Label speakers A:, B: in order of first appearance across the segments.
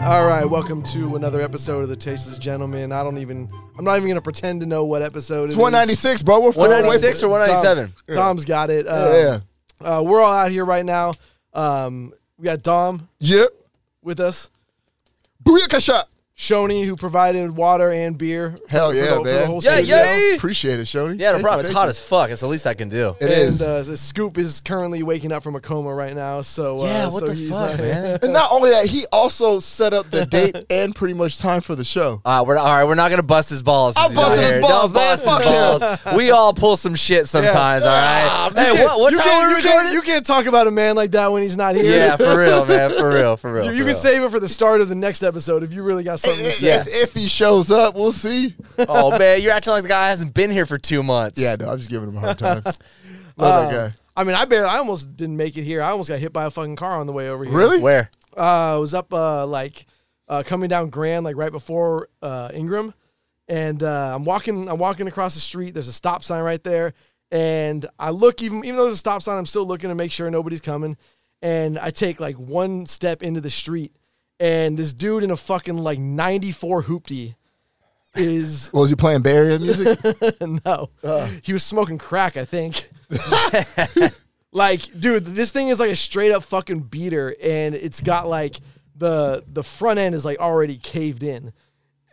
A: All right, welcome to another episode of the Tasteless Gentleman. I don't even. I'm not even gonna pretend to know what episode
B: It's 196, bro. We're far away
C: 196 or
B: from-
C: 197?
B: Yeah.
A: Dom's got it.
B: Yeah.
A: Uh, uh, we're all out here right now. Um, we got Dom
B: Yep.
A: with us.
B: Booyaka shot.
A: Shoney, who provided water and beer. for-
B: Hell
A: for
B: yeah,
A: the- for the
B: man.
A: whole
C: Yeah,
A: studio.
C: yeah.
B: Appreciate it, Shoney.
C: Yeah, no
B: Thank
C: problem.
B: you,
C: It's
B: thank
C: hot
B: you.
C: as fuck. It's the least I can do.
B: It is.
A: And uh, the Scoop is currently waking up from a coma right now. So uh,
C: Yeah, what
A: so
C: the
A: he's
C: fuck,
A: not-
C: man?
B: and not only that, he also set up the date and pretty much time for the show.
C: All right, we're not, all right. We're not gonna bust his balls. since
B: I'm
C: he's not
B: busting his
C: here.
B: balls,
C: Don't
B: man.
C: bust
B: Fuck
C: his
B: him.
C: balls. We all pull some shit sometimes. All right. Hey, what, what
A: Ah, you
C: time
A: can't, you
C: we
A: can't-
C: recording?
A: you can't talk about a man like that when he's not here.
C: Yeah, for real, man. For real, for real.
A: You,
C: for
A: you can
C: real. Eh,
A: save it for the start of the next episode if you really got something to
B: If,
A: say.
C: Yeah.
B: if, if he shows up, we'll see.
C: Oh man, you're acting like the guy hasn't been here for two months.
B: Yeah, no, I'm just giving him a hard time. Love
A: Um,
B: that guy.
A: I mean, I barely, I almost didn't make it here. I almost got hit by a fucking car on the way over here.
B: Really?
C: Where?
A: Uh, I was up, uh, like, uh, coming down Grand, like right before uh, Ingram, and uh, I'm walking, I'm walking across the street. There's a stop sign right there, and I look even, even though there's a stop sign, I'm still looking to make sure nobody's coming, and I take like one step into the street, and this dude in a fucking like '94 hoopty is
B: Well, was he playing barrier music?
A: no. He was smoking crack, I think. like, dude, this thing is like a straight up fucking beater and it's got like the the front end is like already caved in.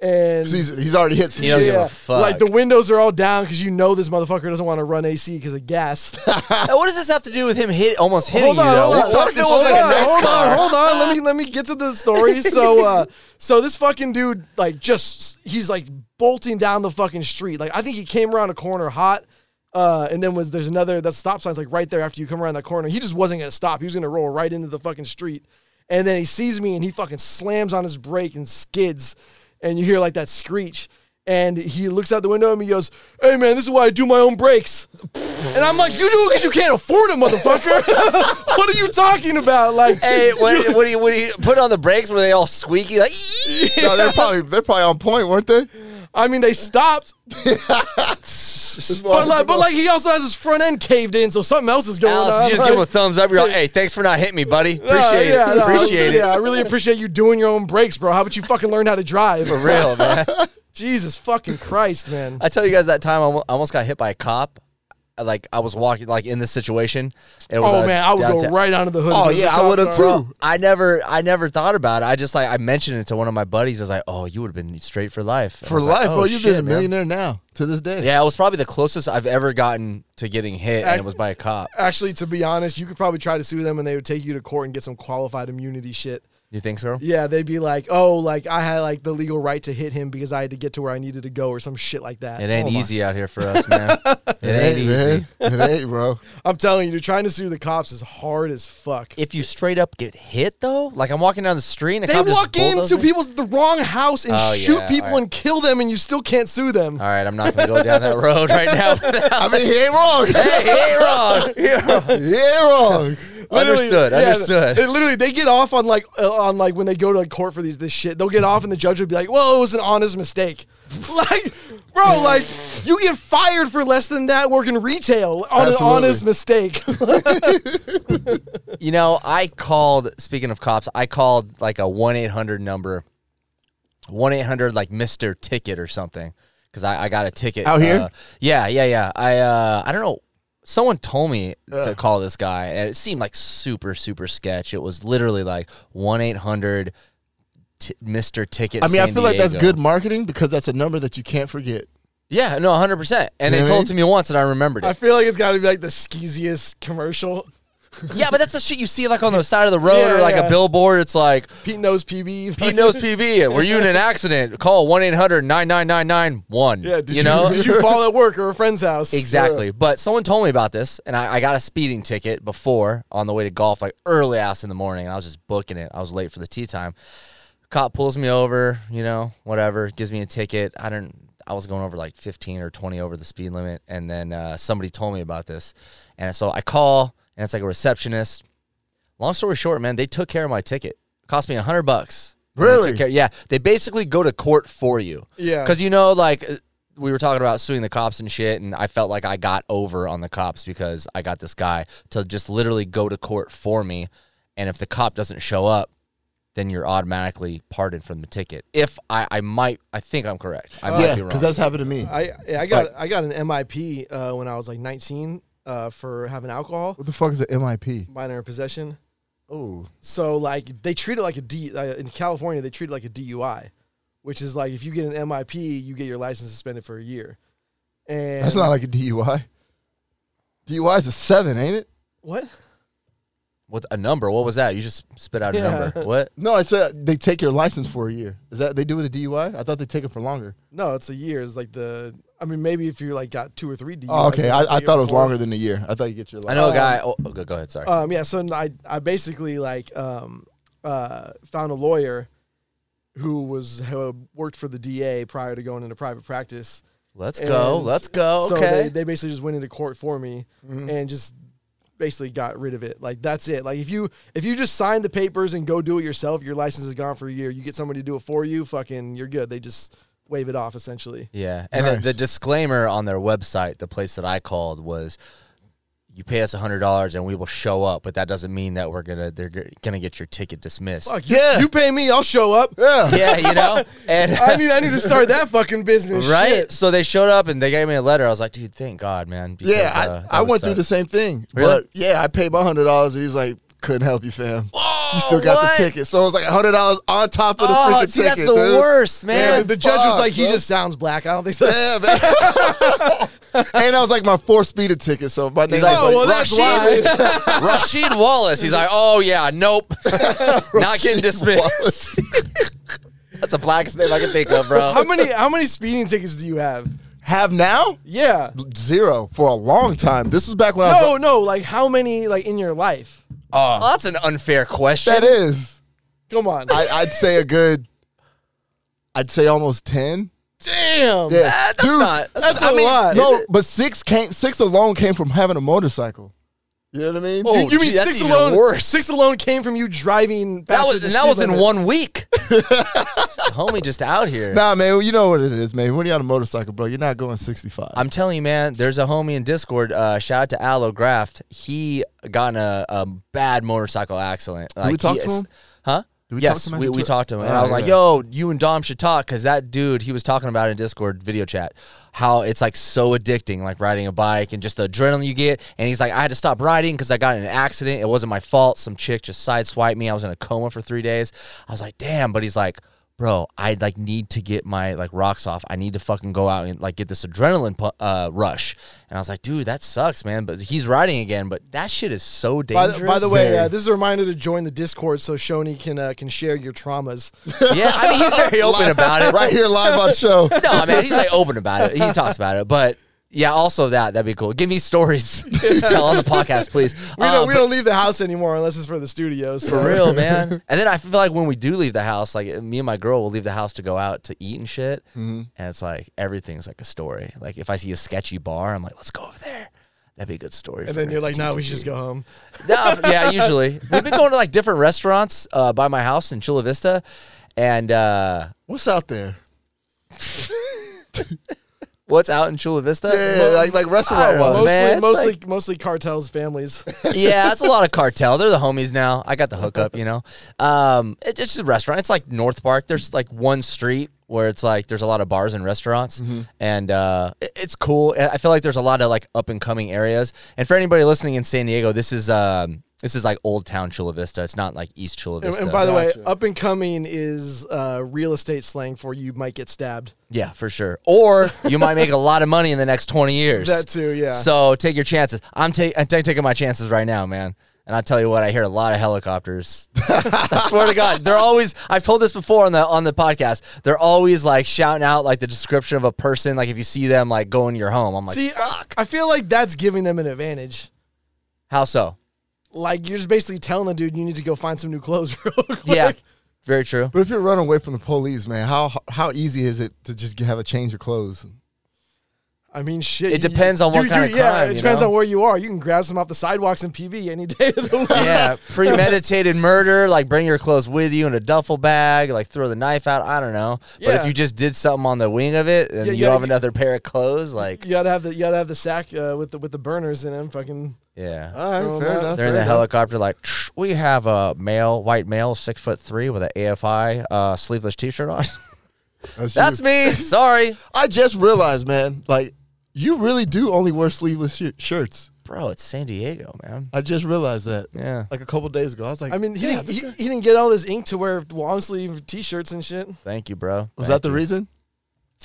A: And
B: he's, he's already hit some
C: You don't
B: shit.
C: give a fuck.
A: like the windows are all down because you know this motherfucker doesn't want to run AC because of gas.
C: Now, what does this have to do with him hit almost hitting
A: hold on,
C: you though?
A: hold on,
C: What if it was like a next
A: hold
C: car?
A: on, hold on. Let me let me get to the story. So, uh, so this fucking dude, like, just he's like bolting down the fucking street. Like, I think he came around a corner hot, uh, and then was there's another that stop sign's like right there after you come around that corner. He just wasn't gonna stop. He was gonna roll right into the fucking street, and then he sees me and he fucking slams on his brake and skids, and you hear like that screech. And he looks out the window at me. He goes, "Hey man, this is why I do my own brakes." And I'm like, "You do it because you can't afford it, motherfucker. what are you talking about? Like,
C: Hey, what, what do you what do you put on the brakes? Were they all squeaky? Like,
B: No, they're probably they're probably on point, weren't they?
A: I mean, they stopped, but like, but like, he also has his front end caved in, so something else is going on.
C: Alice, you just
A: Like,
C: give him a thumbs up. You're like, hey, thanks for not hitting me, buddy.
A: no,
C: Appreciate
A: yeah,
C: it.
A: no,
C: Appreciate it.
A: Yeah, I really appreciate you doing your own breaks, bro. How about you fucking learn how to drive?
C: For real, man.
A: Jesus fucking Christ, man.
C: I tell you guys that time I almo- I almost got hit by a cop. I, Like I was walking like in this situation. It was,
A: Oh
C: uh,
A: man, I would go
C: downtown-
A: right onto the hood.
B: Oh,
A: if it was
B: yeah,
A: a
B: I
A: cop
B: would've
A: car.
B: too.
C: Bro, I never, I never thought about it. I just like I mentioned it to one of my buddies. I was like, "Oh, you would have been straight for life." And I
B: for
C: was like,
B: life.
C: "Oh,
B: Oh, you've
C: shit,
B: been a
C: man."
B: millionaire now to this day.
C: Yeah, it was probably the closest I've ever gotten to getting hit,
A: Ac-
C: and it was by a cop.
A: Actually, to be honest, you could probably try to sue them, and they would take you to court and get some qualified immunity shit.
C: You think so?
A: Yeah, they'd be like, "Oh, like I had like the legal right to hit him because I had to get to where I needed to go or some shit like that." Oh
C: It ain't easy out here for us, man. it
B: It
C: ain't
B: ain't,
C: easy.
B: man. It ain't, bro.
A: I'm telling you, trying to sue the cops is hard as fuck.
C: If you straight up get hit though, like I'm walking down the street and a
A: They
C: cop just
A: walk
C: bulldozed
A: into
C: me.
A: people's the wrong house and
C: Oh,
A: shoot
C: yeah,
A: people
C: alright.
A: and kill them, and you still can't sue them.
C: All right, I'm not gonna go down that road right now.
B: I mean, he ain't wrong.
C: hey, he ain't wrong. He ain't wrong.
B: He ain't wrong.
A: Literally,
C: Understood.
A: yeah,
C: understood.
A: they- literally, they get off on like uh, on like when they go to like, court for these this shit. They'll get off, and the judge will be like, "Well, it was an honest mistake." like, bro, like you get fired for less than that working retail on an
B: Absolutely.
A: honest mistake.
C: You know, I called, speaking of cops, I called like a 1 800 number, 1 800 like Mr. Ticket or something, because I, I got a ticket.
B: Out here?
C: Uh, yeah, yeah, yeah. I, uh, I don't know. Someone told me to call this guy, and it seemed like super, super sketch. It was literally like 1 800 Mr. Ticket.
B: I mean, I
C: San
B: feel like that's
C: Diego.
B: good marketing because that's a number that you can't forget.
C: Yeah, no, 100%. And
B: You know
C: they
B: what I
C: told
B: mean?
C: it to me once, and I remembered it.
A: I feel like it's got to be like the skeeziest commercial.
C: yeah, but that's the shit you see like on the side of the road
A: Yeah,
C: or like
A: yeah.
C: a billboard. It's like,
A: Pete knows PB.
C: Pete knows PB. Were you in an accident? Call 1 800 99991.
A: Yeah, did you,
C: you know?
A: did you fall at work or a friend's house?
C: exactly. But someone told me about this, and I, I got a speeding ticket before on the way to golf, like early ass in the morning, and I was just booking it. I was late for the tea time. Cop pulls me over, you know, whatever, gives me a ticket. I don't. I was going over like 15 or 20 over the speed limit, and then uh, somebody told me about this, and so I call, and it's like a receptionist. Long story short, man, they took care of my ticket. cost me a hundred bucks. They
B: Really?
C: took care- yeah. They basically go to court for you.
A: Yeah.
C: Because you know, like uh, we were talking about suing the cops and shit, and I felt like I got over on the cops because I got this guy to just literally go to court for me, and if the cop doesn't show up, then you're automatically pardoned from the ticket. If I, I might, I think I'm correct.
A: Oh,
C: I might
B: yeah,
C: be wrong.
B: because that's happened to me.
A: I yeah, I got I got an MIP uh, when I was like 19 uh, for having alcohol,
B: What the fuck is an MIP?
A: minor in possession.
B: Oh,
A: So like they treat it like a D uh, in California they treat it like a DUI, which is like if you get an MIP you get your license suspended for a year. And
B: that's not like a DUI. DUI is a seven, ain't it?
A: what
C: What a number? What was that? You just spit out a
A: Yeah.
C: number. What?
B: No, I said they take your license for a year. Is that they do with a DUI? I thought they take it for longer.
A: no it's a year it's like the I mean maybe if you like got two or three DUIs.
B: Oh, okay.
A: like,
B: I, I
A: the
B: thought it was
A: year
B: longer than a year. I thought you get your.
C: I know a
A: Um,
C: guy. Oh, oh, go, go ahead. Sorry.
A: Um, yeah, so I I basically like um, uh, found a lawyer who was who had worked for the DA prior to going into private practice.
C: let's go.
A: and
C: Let's go.
A: So
C: Oh, okay.
A: they, they basically just went into court for me
B: Mm-hmm.
A: and just basically got rid of it. Like that's it. Like if you if you just sign the papers and go do it yourself, your license is gone for a year. You get somebody to do it for you, fucking you're good. They just wave it off essentially.
C: yeah. And
B: Nice.
C: the, the disclaimer on their website, the place that I called was, you pay us hundred dollars and we will show up, but that doesn't mean that we're gonna they're g- gonna get your ticket dismissed.
A: Fuck you-
B: Yeah.
A: You pay me, I'll show up.
B: Yeah.
C: Yeah, you know. And
A: I need I need to start that fucking business.
C: right?
A: Shit.
C: So they showed up and they gave me a letter. I was like, dude, thank God, man. because,
B: Yeah,
C: uh, that
B: I, I
C: would
B: went through
C: suck.
B: the same thing.
C: Really?
B: But yeah, I paid my hundred dollars, and he's like, "Couldn't help you, fam. you still
C: Oh,
B: got
C: what?
B: the ticket." So it was like hundred dollars on top of the
C: Oh,
B: freaking
C: see,
B: ticket.
C: that's the
B: dude.
C: worst, man.
A: And the judge was
B: fuck,
A: like, he
B: bro.
A: just sounds black. I don't think so.
B: Yeah, man. and that was like my four speeded ticket. So my name
C: He's
B: was
C: like,
B: like,
A: well, that's
C: Rashid, Rashid Wallace. He's like, oh yeah, nope, not getting dismissed. That's the blackest name I can think of,
A: How
C: bro.
A: many how many speeding tickets do you have?
B: have now
A: Yeah.
B: zero for a long time. This was back when I
A: No,
B: was.
A: no, like how many like in your life?
B: Uh,
C: Well, that's an unfair question.
B: that is.
A: Come on.
B: I, I'd say a good. I'd say almost ten.
A: Damn.
B: Yeah,
C: Ah, that's
B: dude.
C: not.
A: That's
C: I
A: a
C: mean,
A: lot.
B: No, but six came. Six alone came from having a motorcycle. You know what I mean?
C: Oh,
A: you mean
C: gee, that's
A: six
C: even
A: alone?
C: worse.
A: Six alone came from you driving.
C: That
A: past
C: was
A: the
C: and that
A: speed
C: was in
A: limit.
C: one week. Homie, just out here.
B: Nah, man, you know what it is, man. When you're on a motorcycle, bro, you're not going 65.
C: I'm telling you, man, there's a homie in Discord. Uh, shout out to Aloe Graft. He got in a, a bad motorcycle accident. Like,
B: we talk
C: he
B: to
C: is-
B: him?
C: Huh?
B: Did we talk
C: yes,
B: to him
C: we,
B: after
C: we
B: tw-
C: talked to him. And
B: Oh,
C: I was
B: yeah.
C: like, yo, you and Dom should talk because that dude, he was talking about in Discord video chat how it's like so addicting, like riding a bike and just the adrenaline you get. And he's like, I had to stop riding because I got in an accident. It wasn't my fault. Some chick just sideswiped me. I was in a coma for three days. I was like, damn. But he's like, bro, I like need to get my like rocks off. I need to fucking go out and like get this adrenaline pu- uh, rush. And I was like, dude, that sucks, man. But he's riding again. But that shit is so
A: By
C: dangerous.
A: the, by the way, uh,
B: Very.
A: this is a reminder to join the Discord so Shoni can uh, can share your traumas.
C: yeah, I mean, he's very open about it.
B: right here live on show.
C: No, man, he's like open about it. He talks about it, but yeah, also that that'd be cool. Give me stories to tell on the podcast, please.
A: We
C: Uh,
A: don't we
C: but
A: don't leave the house anymore unless it's for the studio. So.
C: for real, man. And then I feel like when we do leave the house, like me and my girl will leave the house to go out to eat and shit,
A: Mm-hmm.
C: and it's like everything's like a story. Like if I see a sketchy bar, I'm like, let's go over there. That'd be a good story.
A: And then you're like, no, we should just go home.
C: No, yeah, usually we've been going to like different restaurants uh, by my house in Chula Vista, and uh,
B: What's out there?
C: what's out in Chula Vista?
B: Yeah, like like restaurant
C: Oh,
A: Mostly,
B: wise.
C: man, it's
A: mostly,
C: like-
A: mostly cartels, families.
C: yeah, it's a lot of cartel. They're the homies now. I got the hookup, you know. Um, it- it's just a restaurant. It's like North Park. There's like one street where it's like there's a lot of bars and restaurants,
A: Mm-hmm.
C: and uh, it- it's cool. And I feel like there's a lot of like up and coming areas. And for anybody listening in San Diego, this is um, this is like Old Town Chula Vista. It's not like East Chula
A: And,
C: Vista.
A: and by the way,
B: Gotcha.
A: up and coming is uh, real estate slang for you might get stabbed.
C: yeah, for sure. Or you might make a lot of money in the next twenty years.
A: That too, yeah.
C: So take your chances. I'm, ta- I'm ta- taking my chances right now, man. And I tell you what, I hear a lot of helicopters. I swear to God, they're always. I've told this before on the on the podcast. They're always like shouting out like the description of a person. Like if you see them like going to your home, I'm like,
A: See, I, I feel like that's giving them an advantage.
C: how so?
A: Like you're just basically telling the dude you need to go find some new clothes real quick.
C: Yeah, very true.
B: But if you're running away from the police, man, how how easy is it to just get- have a change of clothes?
A: I mean, shit.
C: It depends on what kind of
A: yeah,
C: crime,
A: it
C: you
A: depends
C: know?
A: on where you are. You can grab some off the sidewalks in PV any day of the week.
C: yeah, premeditated murder. Like bring your clothes with you in a duffel bag. Like throw the knife out. I don't know. But
A: Yeah.
C: if you just did something on the wing of it and
A: Yeah,
C: you
A: yeah,
C: have
A: you-
C: another pair of clothes, like
A: You gotta have the you gotta have the sack uh, with the with the burners in them. Fucking
C: yeah. Oh,
B: All right,
A: Throw 'em
B: fair
A: out.
B: enough.
C: They're in
B: fair
C: the
B: enough.
C: helicopter, like "Tsh, we have a male, white male, six foot three, with an AFI uh, sleeveless T-shirt on.
B: That's,
C: That's
B: you.
C: me. Sorry,
B: I just realized, man. Like, you really do only wear sleeveless shi- shirts.
C: bro. It's San Diego, man.
B: I just realized that.
C: Yeah,
B: Like a couple days ago, I was like,
A: I mean, he,
B: yeah,
A: didn't,
B: this
A: he,
B: guy-
A: he didn't get all this ink to wear long sleeve t shirts and shit.
C: thank you, bro.
B: was
C: Thank
B: that the
C: you.
B: reason?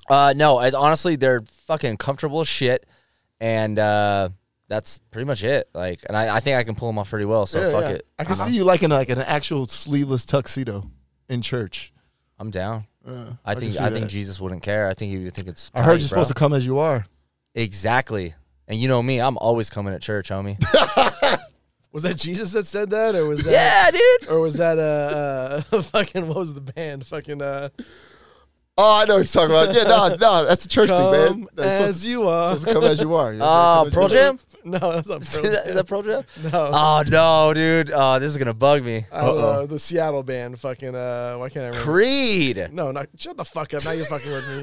C: Uh, no, it's, honestly, they're fucking comfortable as shit, and uh, that's pretty much it. Like, and I, I think I can pull them off pretty well. So
B: Yeah,
C: fuck
B: yeah.
C: it.
B: I can
C: Uh-huh.
B: see you like in like an actual sleeveless tuxedo in church.
C: I'm down.
B: Uh,
C: I
B: can
C: think
B: see
C: I
B: that.
C: think Jesus wouldn't care. I think he would think it's.
B: I heard
C: tight,
B: you're
C: bro.
B: supposed to come as you are.
C: exactly. And you know me, I'm always coming at church, homie.
A: Was that Jesus that said that, or was that
C: yeah, dude.
A: or was that uh, uh fucking what was the band fucking uh
B: Oh, I know what he's talking about. Yeah, no, no, that's a church thing,
A: come
B: man. That's supposed
A: as you are?
B: to come as you are. You're
C: Uh,
B: supposed to come
C: Pearl
B: as you are.
C: Jam.
A: No, that's not
C: Is
A: Pearl
C: that, is
A: Jam.
C: that Pearl Jam?
A: No,
C: Oh no, dude. Oh, this is gonna bug me.
A: I don't
B: Uh-oh.
A: know, the Seattle band. Fucking uh, why can't I remember?
C: Creed.
A: no, not shut the fuck up. Now you fucking with me.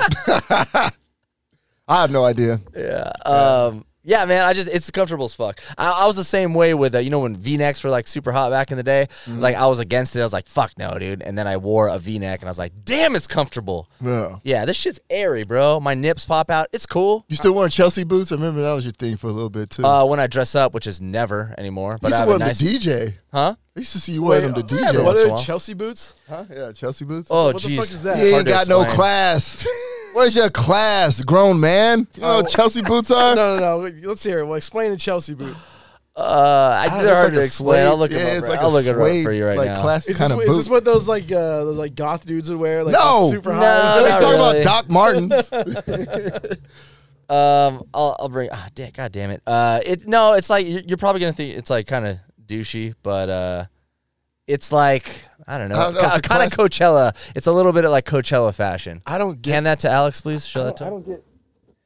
B: I have no idea.
C: Yeah. Um. Yeah, man. I just it's comfortable as fuck. I, I was the same way with uh, you know when V necks were like super hot back in the day.
B: Mm-hmm.
C: Like I was against it. I was like, fuck no, dude. And then I wore a V neck and I was like, damn, it's comfortable.
B: No.
C: Yeah, this shit's airy, bro. My nips pop out. It's cool.
B: You still wearing Chelsea boots? I remember that was your thing for a little bit too.
C: Uh, when I dress up, which is never anymore,
B: you
C: but I
B: used to
C: have a
B: wear them
C: nice,
B: to DJ.
C: huh?
B: I used to see you wearing them to
A: Wait, uh,
B: DJ.
A: What
C: Once in a
A: are
C: while.
A: Chelsea boots?
B: Huh? Yeah, Chelsea boots.
C: Oh,
A: What the
C: jeez.
A: fuck is that?
B: you ain't
C: hard to
B: got no
C: explain.
B: class. Where's your class, grown man? You know
C: Oh.
B: what Chelsea boots are?
A: No, no, no. Let's hear it. Well, explain the Chelsea boot.
C: Uh, I, they're
B: it's
C: hard
B: Ah, like
C: to
B: a
C: explain.
B: suede-
C: I'll look 'em
B: yeah,
C: up.
B: It's
C: right-
B: like
C: I'll
B: a
C: look it up
B: suede,
C: for you right
B: like
C: now.
B: classic
A: Is this,
B: kind of
A: what, is
B: boot.
A: this what those like uh, those like goth dudes would wear? Like the
B: No!
A: super
C: No,
A: high.
B: Are you
C: not
B: talking
C: really.
B: about Doc Martens?
C: Um, I'll, I'll bring. Ah, damn, God damn it. Uh, it no, it's like you're, you're probably gonna think it's like kind of douchey, but uh, it's like I don't know,
B: I don't know, it's a
C: kind of
B: classic-
C: Coachella. It's a little bit of like Coachella fashion.
B: I don't get.
C: Hand that to Alex, please. Show that to.
A: I
C: him.
A: don't get.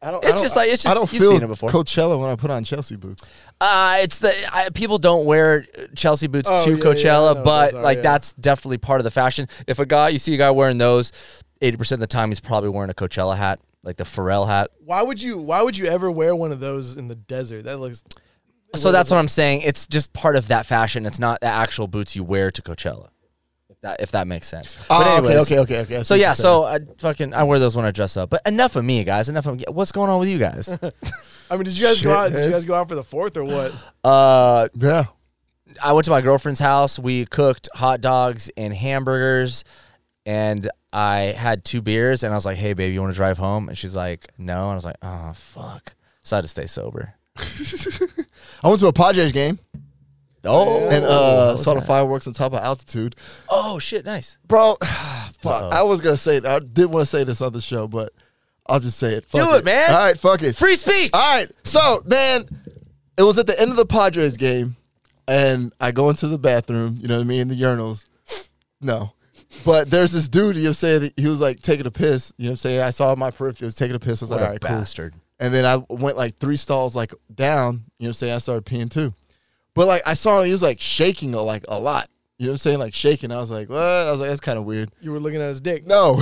A: I don't.
C: It's just like it's just
B: I don't
C: you've
B: feel
C: seen it before.
B: Coachella when I put on Chelsea boots.
C: uh, it's the I, people don't wear uh, Chelsea boots
A: Oh,
C: to
A: yeah, yeah, I
C: Coachella,
A: know
C: but
A: those are,
C: like
A: yeah.
C: that's definitely part of the fashion. If a guy you see a guy wearing those, eighty percent of the time he's probably wearing a Coachella hat, like the Pharrell hat.
A: why would you? Why would you ever wear one of those in the desert? That looks.
C: So that's what I'm saying. It's just part of that fashion. It's not the actual boots you wear to Coachella. If that if that makes sense. But
B: Ah,
C: anyways,
B: okay, okay, okay, okay. I see
C: So
B: what
C: yeah,
B: you're saying.
C: so I fucking I wear those when I dress up. But enough of me, guys. Enough of me. What's going on with you guys?
A: I mean, did you guys
B: Shit,
A: go out? Did
B: man.
A: you guys go out for the fourth or what?
C: Uh,
B: yeah,
C: I went to my girlfriend's house. We cooked hot dogs and hamburgers, and I had two beers. And I was like, "Hey, babe, you want to drive home?" And she's like, "No." And I was like, "Oh fuck." So I had to stay sober.
B: I went to a Padres game
C: Oh,
B: and uh,
C: what was
B: saw the
C: that?
B: fireworks on top of altitude,
C: oh shit, nice.
B: bro. fuck, I was gonna say I did want to say this on the show, but I'll just say it. Fuck
C: Do it, man.
B: All right, fuck it.
C: Free speech.
B: All right, so man, it was at the end of the Padres game, and I go into the bathroom. You know what I mean? In the urinals. No. But there's this dude, you know, saying that he was like taking a piss. You know what I'm saying? I saw my periphery, he was taking a piss. I was
C: What
B: like,
C: a
B: all right, cool.
C: bastard.
B: And then I went like three stalls like down. You know what I'm saying? I started peeing too. But like I saw him, he was like shaking a- like a lot. You know what I'm saying? Like shaking. I was like, what? I was like, that's kind of weird.
A: You were looking at his dick.
B: No.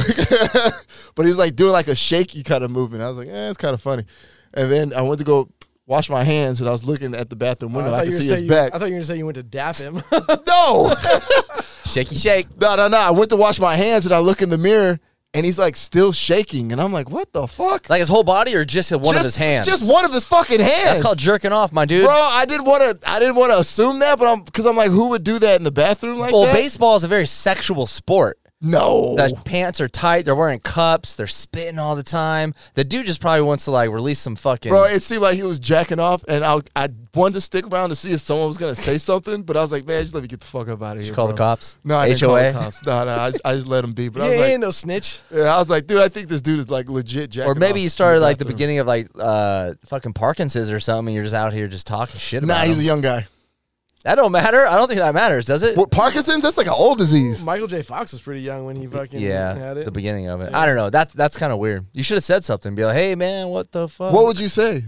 B: but he's like doing like a shaky kind of movement. I was like, eh, it's kind of funny. And then I went to go wash my hands and I was looking at the bathroom
A: Oh, I
B: window. I,
A: thought
B: could
A: you were
B: see his
A: saying you-
B: back.
A: I thought you were gonna say you went to dap him.
B: no.
C: Shaky shake.
B: no, no, no. I went to wash my hands and I look in the mirror and he's like still shaking. And I'm like, what the fuck?
C: Like his whole body or just one of
B: Just-
C: his hands?
B: Just one of his fucking hands.
C: That's called jerking off, my dude.
B: Bro, I didn't want to. I didn't want to assume that, but I'm because I'm like, who would do that in the bathroom like
C: well,
B: that?
C: baseball is a very sexual sport.
B: no,
C: The pants are tight. They're wearing cups. They're spitting all the time. The dude just probably wants to like release some fucking.
B: bro. It seemed like he was jacking off, and I I wanted to stick around to see if someone was gonna say something, but I was like, man, just let me get the fuck up out of here.
C: call
B: bro.
C: the cops?
B: No, I didn't
C: HOA?
B: call the cops. No, no, I just, I just let him be. But
A: yeah,
B: I was
A: ain't
B: like,
A: no snitch.
B: yeah, I was like, dude, I think this dude is like legit jacking.
C: or maybe
B: off
C: you
B: in
C: started like the
B: bathroom.
C: beginning of like uh fucking Parkinson's or something, and you're just out here just talking shit about
B: Nah, he's a
C: him.
B: young guy.
C: That don't matter. I don't think that matters, does it?
B: What, Parkinson's? That's like an old disease.
A: Michael J. Fox was pretty young when he fucking
C: yeah,
A: had it.
C: the beginning of it. I don't know. That's that's kind of weird. You should have said something. Be like, hey man, what the fuck?
B: What would you say?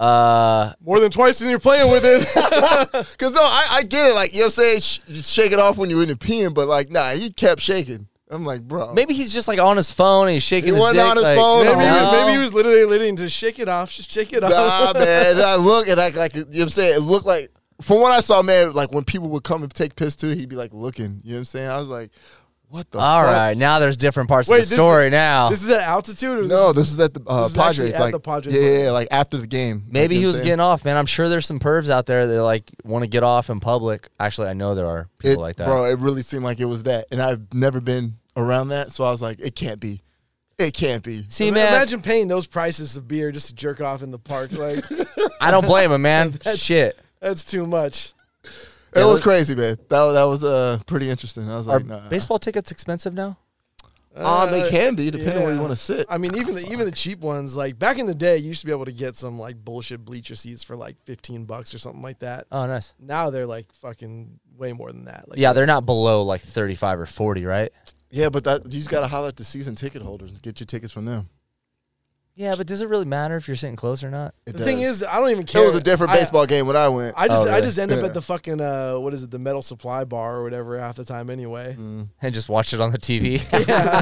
C: uh,
A: More than twice, and you're playing with it.
B: Because no, I, I get it. Like you know, what I'm saying sh- shake it off when you're in the peeing, but like nah, he kept shaking. I'm like, bro,
C: maybe he's just like on his phone and he's shaking
B: He
C: his
B: wasn't
C: dick,
B: on his
C: like,
B: phone.
A: maybe, he
C: no.
A: was, maybe he was literally letting to shake it off, just shake it
B: nah,
A: off.
B: man. And I look and I like you know what I'm saying it looked like from what I saw, man. Like when people would come and take piss too, he'd be like looking. You know what I'm saying? I was like, what the?
C: All
B: fuck?
C: right, now there's different parts
A: Wait,
C: of
A: this
C: the
A: is
C: story
A: the-
C: now.
A: This is at altitude. Or
B: No, this is at the uh,
A: this is actually
B: Padres.
A: at
B: like
A: the Padres
B: yeah, yeah,
A: park.
B: yeah, like after the game.
C: Maybe
B: Like,
C: he
B: you know
C: was
B: what I'm
C: getting off, man. I'm sure there's some pervs out there that like want to get off in public. Actually, I know there are people
B: saying? it,
C: like that.
B: bro. It really seemed like it was that, and I've never been around that, so I was like, it can't be, it can't be.
C: See, man,
A: Imagine paying those prices of beer just to jerk off in the park. Like
C: I don't blame him, man. Shit.
A: that's too much.
B: It
C: Yeah,
B: was
C: look-
B: crazy, man. That was- that was uh pretty interesting. I was
C: Are
B: like, nah.
C: baseball tickets expensive now?
B: Uh, they
A: Uh,
B: can be depending on where you
A: yeah.
B: want to sit.
A: I mean, even the even the cheap ones. Like back in the day, you used to be able to get some like bullshit bleacher seats for like fifteen bucks or something like that.
C: Oh, nice.
A: Now they're like fucking way more than that. Like
C: Yeah, they're not below like 35 or 40, right?
B: Yeah, but that you just gotta holler at the season ticket holders and get your tickets from them.
C: Yeah, but does it really matter if you're sitting close or not?
B: It
A: the thing is,
B: does.
A: I don't even
B: it
A: care.
B: was a different
A: I-
B: baseball game when I went.
A: I just I
C: Oh, really?
A: just end up
B: Yeah.
A: at the fucking uh what is it the metal supply bar or whatever half the time anyway.
C: And just watch it on the TV.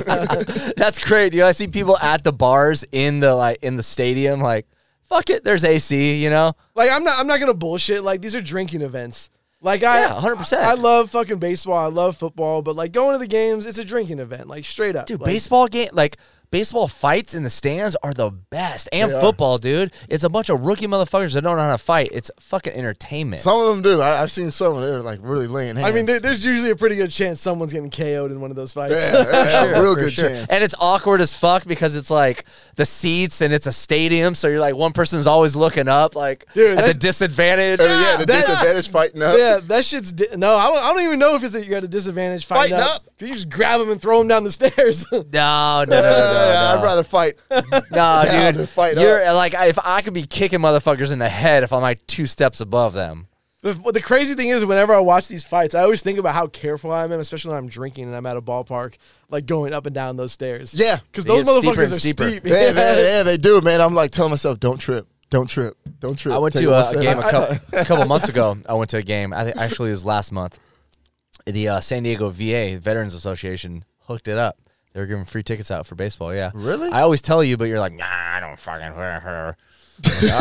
C: That's great, dude. I see people at the bars in the like in the stadium, like, fuck it, there's AC, you know?
A: Like I'm not I'm not gonna bullshit. Like these are drinking events. Like I
C: Yeah, 100%.
A: I, I love fucking baseball. I love football, but like going to the games, it's a drinking event. Like straight up,
C: Dude,
A: Like,
C: baseball game like baseball fights in the stands are the best. And
B: They are.
C: football, dude. It's a bunch of rookie motherfuckers that don't know how to fight. It's fucking entertainment.
B: Some of them do. I, I've seen some. They're like really laying hands.
A: I mean, there, there's usually a pretty good chance someone's getting KO'd in one of those fights.
B: yeah, yeah,
C: Sure,
B: real
C: for
B: good
C: sure.
B: chance.
C: And it's awkward as fuck because it's like the seats and it's a stadium, so you're like one person's always looking up, like
A: Dude,
C: at the
A: that-
C: disadvantage. Ah,
B: And Oh, yeah, the
A: that-
B: disadvantage fighting up.
A: Yeah, that shit's di- no. I don't. I don't even know if it's that you're at a disadvantage fighting,
B: Fighting
A: up. You just grab them and throw them down the stairs.
C: No,
B: Uh,
C: no, no, no,
B: I'd
C: no,
B: rather fight.
C: no, no,
B: down
C: dude.
B: and fight
C: you're like, I- if I could be kicking motherfuckers in the head if I'm like two steps above them.
A: the, what the crazy thing is, whenever I watch these fights, I always think about how careful I am, especially when I'm drinking and I'm at a ballpark, like going up and down those stairs.
B: Yeah.
A: because
C: They
A: those
C: get steeper
A: motherfuckers
C: and
A: are
C: steeper.
A: steep.
B: yeah, man, yeah, they do, man. I'm like telling myself, don't trip, don't trip, don't trip.
C: I went
B: Take
C: to
B: one
C: a, a
B: step.
C: game a couple, a couple months ago. I went to a game. I think actually it was last month. The uh, San Diego VA Veterans Association hooked it up. They were giving free tickets out for baseball. Yeah,
B: Really?
C: I always tell you, but you're like, nah, I don't fucking. I'm like, All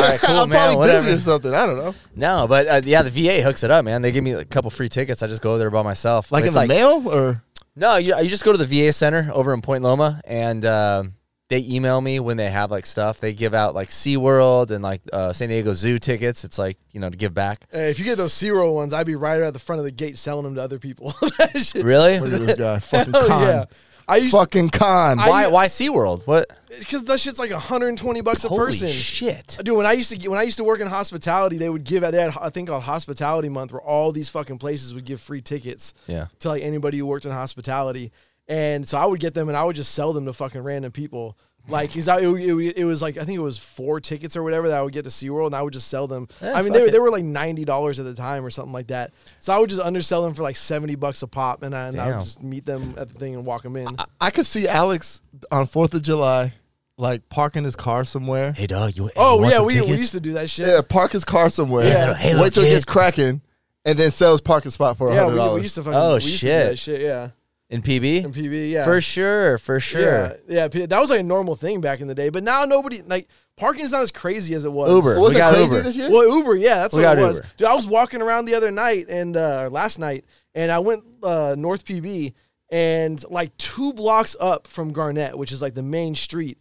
C: right, cool,
B: I'm
C: man.
B: probably busy
C: Whatever.
B: or something. I don't know.
C: No, but uh, yeah, the VA hooks it up, man. They give me a couple free tickets. I just go there by myself.
B: Like
C: It's
B: in the mail or
C: no, you, you just go to the VA center over in Point Loma, and um they email me when they have like stuff. They give out like SeaWorld and like uh, San Diego Zoo tickets. It's like you know to give back.
A: Hey, if you get those zero ones, I'd be right at the front of the gate selling them to other people. That shit-
C: Really?
B: look at this guy, fucking
A: Hell
B: con,
A: yeah. I used
B: fucking con.
A: I-
C: Why? Why SeaWorld? What?
A: because that shit's like 120 bucks a
C: Holy
A: person.
C: shit!
A: Dude, when I used to get- when I used to work in hospitality, they would give they had a thing called Hospitality Month, where all these fucking places would give free tickets
C: Yeah.
A: to like anybody who worked in hospitality, and so I would get them and I would just sell them to fucking random people. Like, is that it, it- it was like I think it was four tickets or whatever that I would get to SeaWorld, and I would just sell them.
C: Yeah,
A: I mean,
C: Eh, fuck
A: they, were-
C: it.
A: they were like ninety dollars at the time or something like that. So I would just undersell them for like seventy bucks a pop, and I, and I
C: Damn.
A: would just meet them at the thing and walk them in.
B: I could see Alex on Fourth of July, like parking his car somewhere.
C: Hey dog, you,
A: oh yeah, we, we used to do that shit.
B: Yeah, park his car somewhere.
A: Yeah.
C: Hey, little
B: Wait till it
C: kid.
B: gets cracking, and then sells parking spot for
A: Yeah,
B: hundred
A: we, we
B: dollars.
A: used to fucking.
C: Oh,
A: we used to do that shit,
C: shit.
A: yeah.
C: in PB.
A: In PB, yeah.
C: For sure, for
A: Yeah,
C: sure.
A: yeah, P- that was like a normal thing back in the day, but now nobody like parking's not as crazy as it was.
C: Uber,
B: Was
C: we
B: it
C: got
B: crazy
C: Uber.
B: this year?
A: well, Uber, yeah, that's
C: We
A: what
C: got
A: it was.
C: Uber.
A: Dude, I was walking around the other night and uh, or last night, and I went uh, North PB, and like two blocks up from Garnett, which is like the main street.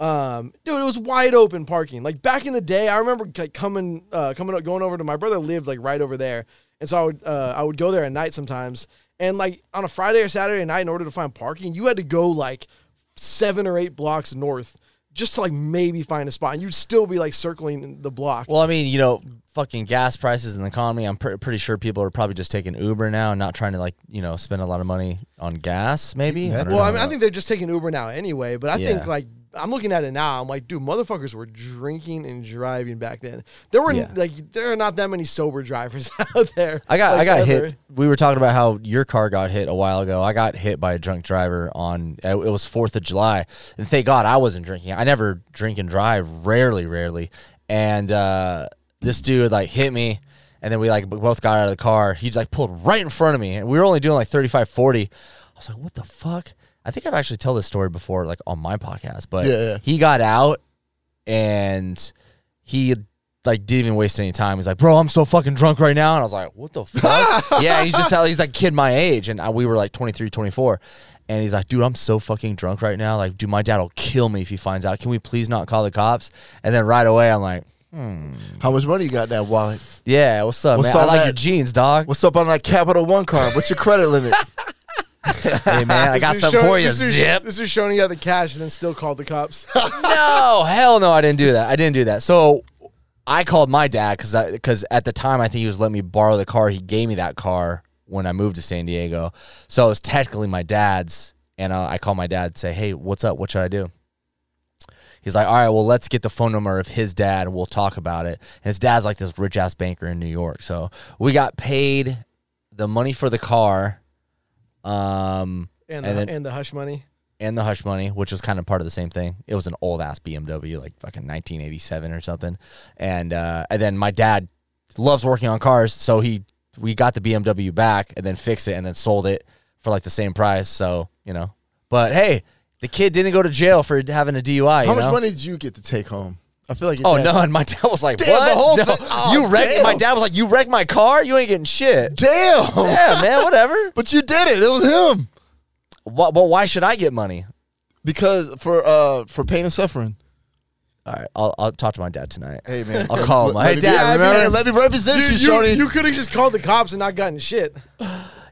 A: Um, dude, it was wide open parking. Like back in the day, I remember like coming, uh, coming up, going over to my brother lived like right over there, and so I would, uh, I would go there at night sometimes. And like on a Friday or Saturday night, in order to find parking, you had to go like seven or eight blocks north just to like maybe find a spot. And you'd still be like circling the block.
C: Well, I mean, you know, fucking gas prices in the economy. I'm pr- pretty sure people are probably just taking Uber now and not trying to like you know spend a lot of money on gas. Maybe. I don't
A: Well, I
C: know.
A: mean, I think they're just taking Uber now anyway. But I
C: Yeah.
A: think like I'm looking at it now. I'm like, dude, motherfuckers were drinking and driving back then. There were
C: Yeah.
A: like there are not that many sober drivers out there.
C: I got
A: like,
C: I got
A: ever.
C: hit. We were talking about how your car got hit a while ago. I got hit by a drunk driver on uh, it was Fourth of July, and thank God I wasn't drinking. I never drink and drive, rarely, rarely. And uh, this dude like hit me, and then we like b- both got out of the car. He just like pulled right in front of me, and we were only doing like 35, 40. I was like, what the fuck? I think I've actually told this story before, like on my podcast. But
B: Yeah, yeah.
C: he got out and he like didn't even waste any time. He's like, bro, I'm so fucking drunk right now. And I was like, what the fuck? yeah, he's just telling, he's like, kid my age. And I, we were like 23, 24. And he's like, dude, I'm so fucking drunk right now. Like, dude, my dad will kill me if he finds out. Can we please not call the cops? And then right away, I'm like, "Hmm,
B: How much money you got in that wallet?
C: yeah, what's up,
B: What's
C: man? I
B: all
C: like
B: that-
C: your jeans, dog.
B: What's up on that Capital One card? What's your credit limit?
C: hey, man, I
A: This
C: got
A: is
C: something
A: showing-
C: for you.
A: This is,
C: Zip.
A: this is showing you how the cash and then still called the cops.
C: no, hell no, I didn't do that. I didn't do that. So I called my dad because because at the time I think he was letting me borrow the car. He gave me that car when I moved to San Diego, so it was technically my dad's. And uh, I called my dad and say, "Hey, what's up? What should I do?" He's like, "All right, well, let's get the phone number of his dad. and We'll talk about it." And his dad's like this rich ass banker in New York, so we got paid the money for the car. Um,
A: and the,
C: And
A: and,
C: then-
A: the hush money.
C: and the hush money, which was kind of part of the same thing. It was an old ass BMW, like fucking 1987 or something. And uh, and then my dad loves working on cars, so he we got the BMW back and then fixed it and then sold it for like the same price. So you know, but hey, the kid didn't go to jail for having a DUI.
B: How
C: you
B: much
C: know?
B: money did you get to take home? I feel like your
C: Oh
B: dad-
C: no! And my dad was like,
B: Damn,
C: "What?
B: the whole
C: No,
B: thing- oh,
C: you wrecked." My
B: damn.
C: dad was like, "You wrecked my car. You ain't getting shit."
B: Damn!
C: yeah, man. Whatever.
B: But you did it. It was him
C: Wha well, why should I get money?
B: because for uh for pain and suffering.
C: All right, I'll, I'll talk to my dad tonight.
B: Hey man,
C: I'll call him. Hey,
B: me-
C: Dad,
B: yeah,
C: remember?
B: man, let me represent
A: You,
B: you, Shoney.
A: could have just called the cops and not gotten shit.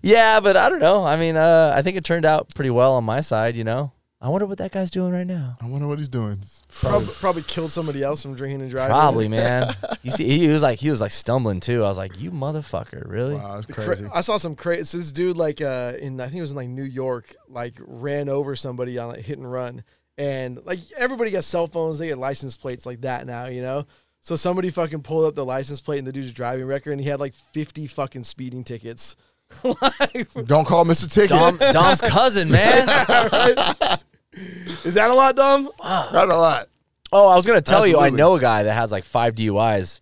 C: Yeah, but I don't know. I mean, uh, I think it turned out pretty well on my side, you know. I wonder what that guy's doing right now.
B: I wonder what he's doing.
A: Probably, probably killed somebody else from drinking and driving.
C: Probably, man. You see, he was like, he was like stumbling too. I was like, you motherfucker, really?
B: Wow, that's
A: Cra- I saw some crazy. So this dude, like, uh, in I think it was in like New York, like ran over somebody on like hit and run, and like everybody got cell phones, they get license plates like that now, you know. So somebody fucking pulled up the license plate and the dude's driving record, and he had like fifty fucking speeding tickets. like,
B: Don't call Mr. Ticket.
C: Dom, Dom's cousin, man.
A: is that a lot, Dom?
B: Not a lot.
C: Oh, I was gonna tell you, I
B: Absolutely.
C: know a guy that has like five DUIs.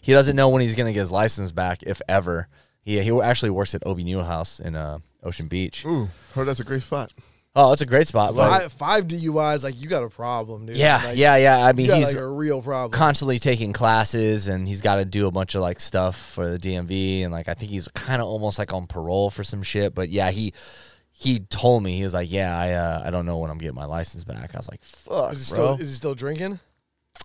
C: He doesn't know when he's gonna get his license back, if ever. He he actually works at Obie Newhouse in uh, Ocean Beach.
B: Ooh, heard that's a great spot.
C: Oh, it's a great spot. But
A: Five, five DUIs, like you got a problem, dude.
C: yeah,
A: Like,
C: yeah, yeah. I mean,
A: You got
C: he's
A: like a real problem.
C: constantly taking classes and he's got to do a bunch of like stuff for the DMV and like I think he's kind of almost like on parole for some shit but yeah he he told me he was like yeah I uh, I don't know when I'm getting my license back I was like fuck
A: is he
C: bro
A: still is he still drinking?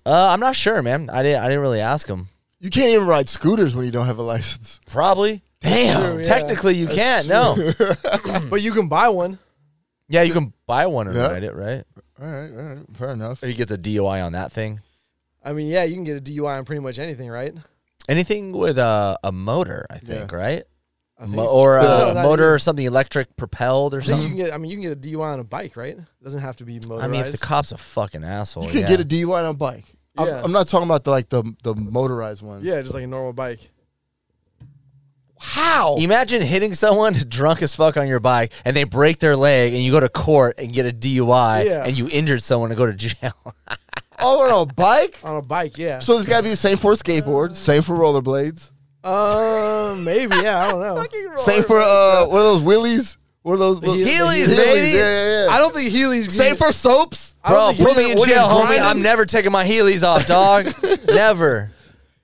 C: uh, I'm not sure man I didn't I didn't really ask him
B: You can't even ride scooters when you don't have a license.
C: probably damn
A: true, yeah.
C: technically you can't no Hmm.
A: but you can buy one.
C: yeah you can buy one and
B: Yeah.
C: ride it right
B: All right, all right, fair enough.
C: or he gets a DUI on that thing
A: I mean, yeah, you can get a DUI on pretty much anything, right?
C: anything with a a motor I think right
A: I think
C: Mo- or a
A: No, not
C: motor or something electric propelled
A: I
C: or
A: think you can
C: something
A: get. I mean, you can get a DUI on a bike, right? It doesn't have to be motorized.
C: I mean, if the cop's a fucking asshole,
B: You can
C: yeah.
B: get a DUI on a bike. I'm,
A: Yeah.
B: I'm not talking about the like the the motorized one.
A: yeah, just like a normal bike.
B: How?
C: Imagine hitting someone drunk as fuck on your bike, and they break their leg, and you go to court and get a DUI,
A: Yeah.
C: and you injured someone and go to jail.
B: Oh, on a bike?
A: On a bike, yeah.
B: So it's got to be the same for skateboards, same for rollerblades,
A: uh, maybe, yeah. I don't know.
B: same for uh, what are those wheelies? What are those
A: Heelys,
B: Heelys,
C: baby.
B: Yeah, yeah, yeah.
A: I don't think Healy's
B: Same for soaps,
A: I don't
C: Bro,
A: think
C: put
A: he's-
C: me in
A: what are you
C: jail, homie.
A: grinding?
C: I'm never taking my heelys off, dog. never.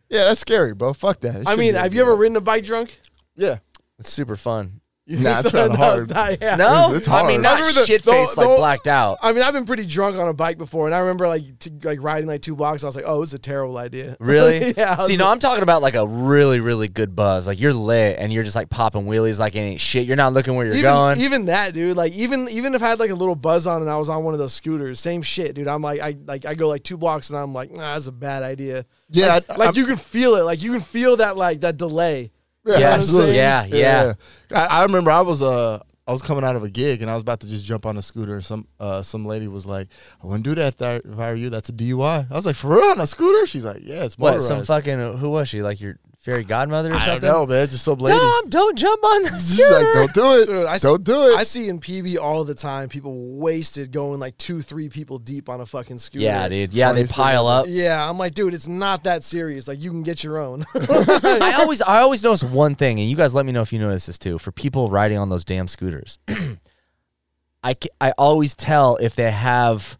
B: Yeah, that's scary, bro. Fuck that. It
A: I
B: shouldn't
A: mean,
B: be
A: have you ever ridden a bike drunk?
B: Yeah.
C: It's super fun.
B: Nah, it's
A: So,
B: kinda
A: no,
B: hard.
A: not- yeah.
C: No,
B: It's- it's
C: I
B: hard.
C: mean not
A: I remember the-
C: shit faced
A: the-
C: like
A: the-
C: blacked out.
A: I mean, I've been pretty drunk on a bike before, and I remember like t- like riding like two blocks. I was like, "Oh, it's a terrible idea."
C: Really?
A: yeah. I
C: See,
A: was
C: no,
A: like-
C: I'm talking about like a really, really good buzz. Like you're lit and you're just like popping wheelies like it ain't shit. You're not looking where you're
A: even,
C: going.
A: even that, dude. Like, even even if I had like a little buzz on and I was on one of those scooters, same shit, dude. I'm like, I like I go like two blocks and I'm like, nah, that's a bad idea.
B: Yeah,
A: like,
B: I-
A: like
B: I'm-
A: you can feel it. Like you can feel that like that delay.
B: Yeah,
A: Yes.
B: absolutely.
C: Yeah, yeah.
B: I, I remember I was uh I was coming out of a gig and I was about to just jump on a scooter and some uh, some lady was like, I wouldn't do that if I- if I were you. That's a DUI. I was like, for real on a scooter? She's like, yeah, it's
C: What?
B: motorized.
C: Some fucking who was she? Like your fairy godmother or
B: I don't
C: something?
B: know, man. Just some lady.
C: Dom, don't jump on the
B: She's
C: scooter.
B: like, don't do it.
A: Dude, I s-
B: don't do it.
A: I see in PB all the time people wasted going like two, three people deep on a fucking scooter.
C: yeah, dude. Yeah, they
B: Funniest thing
C: pile up.
A: Yeah, I'm like, dude, it's not that serious. Like, you can get your own.
C: I always I always notice one thing, and you guys let me know if you notice this too. For people riding on those damn scooters, I ca- I always tell if they have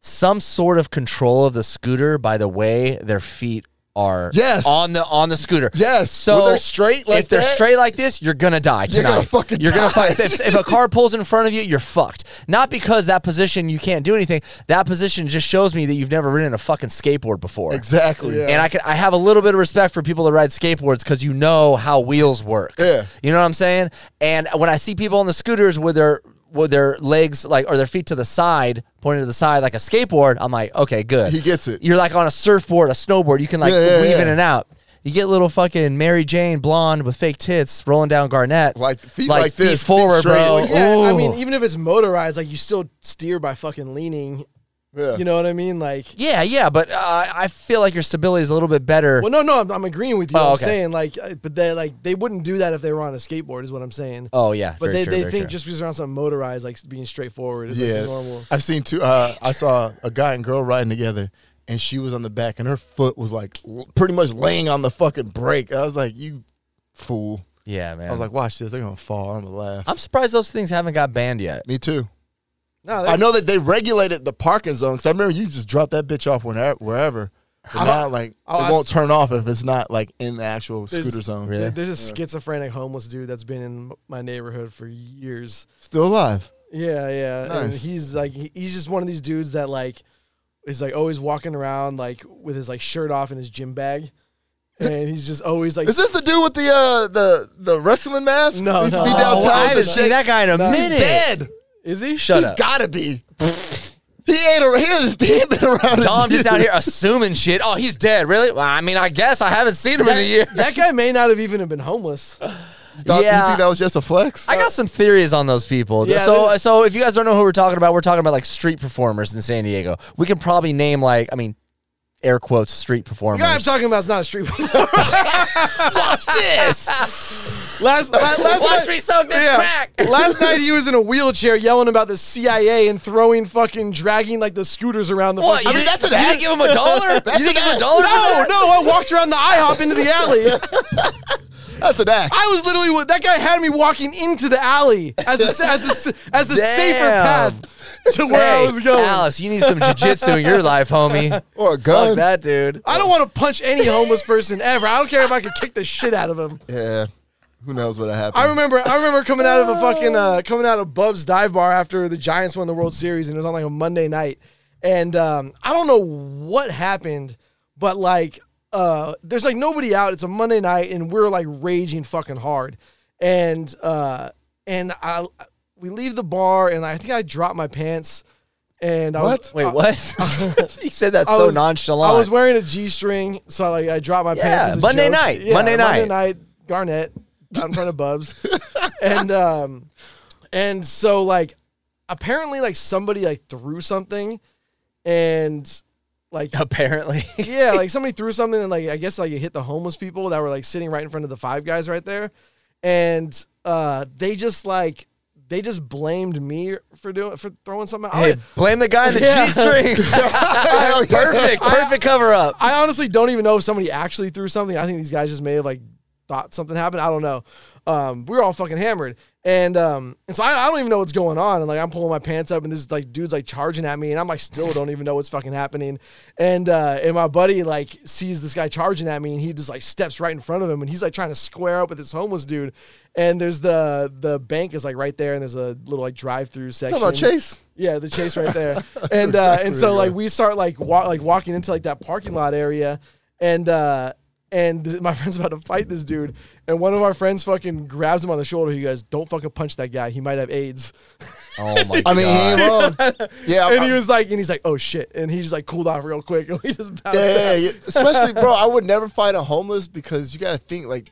C: some sort of control of the scooter by the way their feet are
B: Yes.
C: on the on the scooter.
B: yes.
C: So
B: when they're straight like
C: if they're
B: that,
C: straight like this, you're gonna die tonight.
B: You're gonna fucking
C: You're gonna
B: die.
C: fuck- If, if a car pulls in front of you, you're fucked. Not because that position you can't do anything. That position just shows me that you've never ridden a fucking skateboard before.
B: Exactly.
A: Yeah.
C: And I can I have a little bit of respect for people that ride skateboards because you know how wheels work.
B: Yeah.
C: You know what I'm saying? And when I see people on the scooters with their with their legs like or their feet to the side, pointing to the side like a skateboard, I'm like, okay, good.
B: He gets it.
C: You're like on a surfboard, a snowboard. You can like
B: Yeah, yeah,
C: weave
B: yeah.
C: in and out. You get little fucking Mary Jane blonde with fake tits rolling down Garnett,
B: Like, feet like
C: feet
B: this, feet
C: forward,
B: straight,
C: bro.
B: like-
A: yeah, I mean,
C: Ooh.
A: even if it's motorized, like, you still steer by fucking leaning.
B: Yeah.
A: You know what I mean? Like,
C: yeah, yeah, but uh, I feel like your stability is a little bit better.
A: well, no, no, I'm, I'm agreeing with you.
C: Oh,
A: I'm
C: okay.
A: saying, like, uh, but they like they wouldn't do that if they were on a skateboard, is what I'm saying.
C: oh yeah,
A: but
C: very
A: they,
C: true,
A: they
C: very
A: think
C: true.
A: just because they're on something motorized, like being straightforward, is
B: Yeah.
A: like normal.
B: I've seen two. Uh, I saw a guy and girl riding together, and she was on the back, and her foot was like l- pretty much laying on the fucking brake. I was like, you fool.
C: yeah, man.
B: I was like, watch this. They're going to fall. I'm going to laugh.
C: I'm surprised those things haven't got banned yet.
B: Me too.
A: No,
B: I
A: that-
B: know that they regulated the parking zone because I remember you just dropped that bitch off whenever, wherever. But now, like,
A: I'll
B: it won't
A: ask-
B: turn off if it's not like in the actual
A: There's-
B: scooter zone.
C: Really?
A: There- There's a schizophrenic homeless dude that's been in my neighborhood for years.
B: Still alive.
A: Yeah, yeah. And
B: Nice.
A: he's like, he- he's just one of these dudes that like is like always walking around like with his like shirt off and his gym bag, and he's just always like,
B: Is this the dude with the uh the the wrestling mask?
A: No,
B: He used to
A: no.
B: be
A: Oh,
B: downtown.
C: I haven't
B: and
C: seen
B: shit.
C: that guy in a
A: No.
C: minute.
B: He's dead.
A: is he?
C: Shut
B: He's
C: up.
B: gotta be. he ain't around. He ain't been around.
C: Dom
B: in
C: just out
B: years.
C: here assuming shit. Oh, he's dead, really? Well, I mean, I guess I haven't seen him in a year.
A: That guy may not have even have been homeless.
B: Dom, You
C: Yeah.
B: think that was just a flex?
C: I got some theories on those people.
A: Yeah,
C: so,
A: they're-
C: so if you guys don't know who we're talking about, we're talking about like street performers in San Diego. We can probably name like, I mean, air quotes street
A: The guy I'm
C: performers.
A: talking about is not a street. last,
C: Watch this.
A: last, last
C: Watch
A: night,
C: me soak this
A: Yeah.
C: crack.
A: Last night he was in a wheelchair yelling about the CIA and throwing fucking dragging like the scooters around the.
C: What?
A: fucking-
C: You, didn't- you didn't give him a dollar? you didn't give him a dollar?
A: no, no! I walked around the IHOP into the alley.
B: That's an act.
A: I was literally that guy had me walking into the alley as the as the as the
C: Damn.
A: safer path to where I was going.
C: Alice, you need some jujitsu in your life, homie.
B: Or a
C: Fuck
B: gun.
C: that, dude.
A: I don't want to punch any homeless person ever. I don't care if I could kick the shit out of him.
B: Yeah. Who knows what happened?
A: I remember I remember coming out of a fucking uh, coming out of Bub's dive bar after the Giants won the World Series and it was on like a Monday night. And um, I don't know what happened, but like uh, there's like nobody out. It's a Monday night and we're like raging fucking hard. And uh, and I we leave the bar and I think I dropped my pants and I was,
B: What?
C: Wait, what? he said that
A: Oh. I
C: so
A: was-
C: nonchalant.
A: I was wearing a G string, so I, like I dropped my
C: Yeah,
A: pants. As a
C: Monday
A: joke.
C: night,
A: Yeah,
C: Monday night.
A: Monday night, Garnett out in front of Bubs, and um, and so like apparently like somebody like threw something, and like
C: Apparently.
A: yeah, like somebody threw something and like I guess like it hit the homeless people that were like sitting right in front of the five guys right there, and uh, they just like they just blamed me for doing for throwing something. out.
C: hey, blame the guy in the
A: Yeah.
C: G-string. perfect, perfect cover up.
A: I honestly don't even know if somebody actually threw something. I think these guys just may have like thought something happened. I don't know. Um, we were all fucking hammered. And um, and so I, I don't even know what's going on. And like I'm pulling my pants up and this like dude's like charging at me and I'm like still don't even know what's fucking happening. And uh, and my buddy like sees this guy charging at me and he just like steps right in front of him and he's like trying to square up with this homeless dude. And there's the the bank is like right there and there's a little like drive through section.
B: Talking about Chase.
A: Yeah, the chase right there. And uh, and so like we start like wa- like walking into like that parking lot area, and uh, and th- my friend's about to fight this dude, and one of our friends fucking grabs him on the shoulder. He goes, "Don't fucking punch that guy. He might have AIDS."
C: Oh my
B: I mean, he ain't wrong. Yeah, I-
A: and he was like, and he's like, "Oh shit!" And he just like cooled off real quick, and we just bounced.
B: yeah,
A: out.
B: yeah, yeah. Especially, bro, I would never fight a homeless because you got to think like,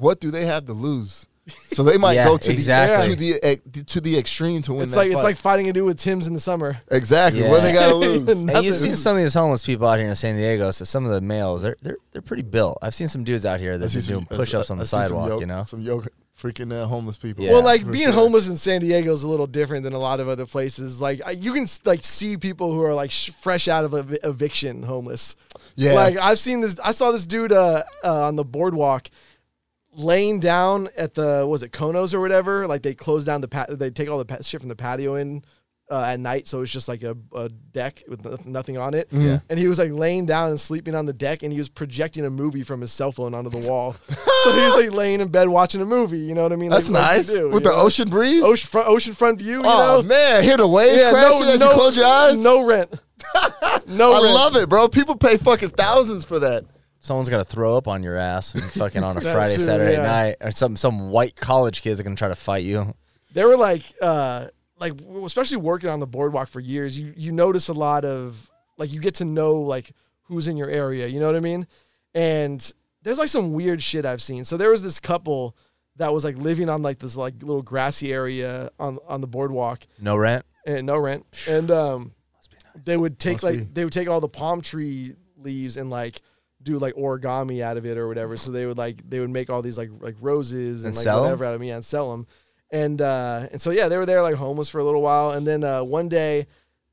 B: what do they have to lose? So they might
C: Yeah,
B: go to
C: exactly.
B: the to the ex- to the extreme to win.
A: It's
B: that
A: like it's
B: fight.
A: like fighting a dude with Tim's in the summer.
B: exactly what they gotta lose.
A: Nothing.
C: And you've seen some of these homeless people out here in San Diego. So some of the males, they're they're they're pretty built. I've seen some dudes out here
B: I
C: that's
B: see
C: just
B: some-
C: doing
B: I see-
C: push-ups on
B: I
C: the
B: see some
C: sidewalk.
B: yoke-
C: you know,
B: some yoke, freaking uh, homeless people.
C: Yeah.
A: well, like
B: for
A: being
B: sure.
A: homeless in San Diego is a little different than a lot of other places. Like I- you can s- like see people who are like sh- fresh out of ev- eviction homeless.
B: Yeah.
A: Like I've seen this. I saw this dude uh, uh, on the boardwalk laying down at the was it Konos or whatever. Like they close down the pat. They take all the pa- shit from the patio in. Uh, at night, so it's just like a, a deck with no- nothing on it.
B: Mm-hmm.
C: Yeah.
A: And he was like laying down and sleeping on the deck, and he was projecting a movie from his cell phone onto the wall. so he was like laying in bed watching a movie. You know what I mean?
B: that's
A: Like, like you
B: nice
A: do,
B: with
A: you
B: the
A: know?
B: ocean breeze.
A: ocean front, ocean front view. You
B: oh
A: know,
B: man, hear the waves crashing as you close your eyes.
A: No rent. No
B: I
A: rent.
B: love it, bro. People pay fucking thousands for that.
C: someone's got to throw up on your ass and fucking on a
A: That
C: Friday,
A: too,
C: Saturday
A: yeah.
C: night, or some some white college kids are gonna try to fight you.
A: They were like, uh, like w- especially working on the boardwalk for years. You you notice a lot of like you get to know like who's in your area. You know what I mean? And there's like some weird shit I've seen. So there was this couple that was like living on like this like little grassy area on on the boardwalk
C: No rent.
A: and no rent. And um,
C: Must be
A: they would take
B: Must
A: like
B: be.
A: they would take all the palm tree leaves and like do like origami out of it or whatever. So they would like they would make all these like like roses and,
C: And
A: like
C: sell 'em?
A: whatever out of me and sell them. And uh, and so yeah, they were there like homeless for a little while, and then uh, one day.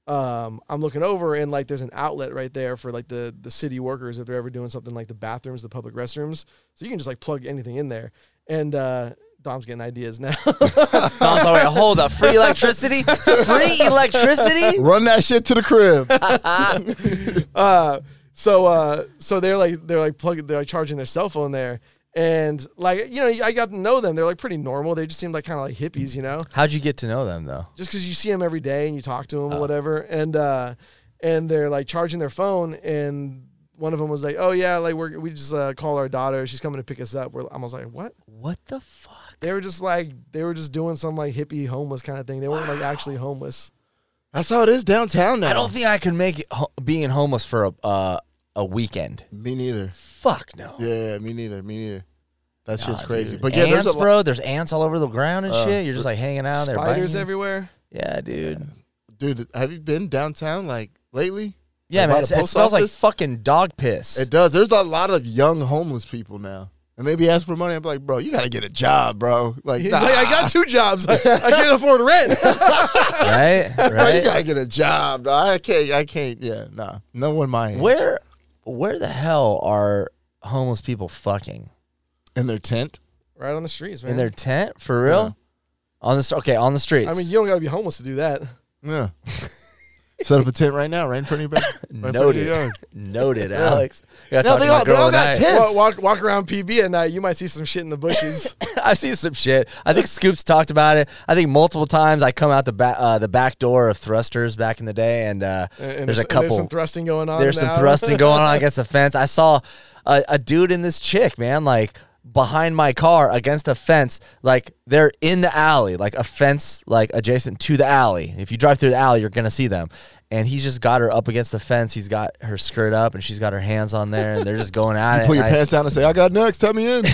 A: Um, I'm looking over and like there's an outlet right there for like the the city workers if they're ever doing something like the bathrooms, the public restrooms. So you can just like plug anything in there. And uh, Dom's getting ideas now.
C: Dom's all right. Hold up. Free electricity. Free electricity.
B: Run that shit to the crib.
A: uh, so uh, so they're like they're like plugging they're like charging their cell phone there, and like you know I got to know them. They're like pretty normal. They just seem like kind of like hippies, you know,
C: How'd you get to know them though?
A: just because you see them every day and you talk to them or whatever. And uh, and they're like charging their phone, and one of them was like, "Oh yeah, like we're we just uh, call our daughter. She's coming to pick us up." We're, I was like, "What?"
C: What the fuck?
A: They were just like they were just doing some like hippie homeless kind of thing. They weren't like actually homeless.
B: That's how it is downtown now.
C: I don't think I could make it ho- being homeless for a uh, a weekend.
B: me neither.
C: Fuck no.
B: Yeah, me neither. Me neither. That shit's
C: Nah,
B: crazy.
C: dude.
B: But yeah,
C: ants,
B: there's a, lo-
C: bro. There's ants all over the ground and
B: Uh,
C: shit. You're just like hanging out there.
A: Spiders
C: biting.
A: everywhere.
C: Yeah, dude.
B: dude. Have you been downtown like lately?
C: Yeah,
B: Like, by
C: man.
B: the
C: It, it
B: post
C: smells like
B: office?
C: fucking dog piss.
B: It does. There's a lot of young homeless people now, and they be asking for money. I'm like, bro, you gotta get a job, bro. Like,
A: He's
B: nah,
A: like, I got two jobs. I, I can't afford rent.
C: right?
B: bro, you
C: Right.
B: gotta get a job. Bro. I can't. I can't. Yeah, nah. No one mind.
C: where, where the hell are homeless people fucking
B: in their tent?
A: right on the streets, man.
C: in their tent for real? On the st- okay, on the streets.
A: I mean, you don't got to be homeless to do that.
B: Yeah. Set up a tent right now, right in front of your back. Right in front of your
C: noted,
B: yard.
C: noted, Alex. Yeah,
B: No, they all, they all got tents.
A: Walk, walk, walk around PB at night, you might see some shit in the bushes.
C: I've seen some shit. I think Scoops talked about it. I think multiple times I come out the back uh, the back door of thrusters back in the day, and, uh,
A: And- and
C: there's a
A: and there's
C: couple.
A: some thrusting going on.
C: there's some
A: now.
C: thrusting going on against the fence. I saw a, a dude and this chick, man, like behind my car against a fence. Like they're in the alley, like a fence, like adjacent to the alley. If you drive through the alley, you're gonna see them. And he's just got her up against the fence. He's got her skirt up, and she's got her hands on there, and they're just going at it.
B: Pull your
C: and I-
B: pants down and say, "I got next. Tell me in."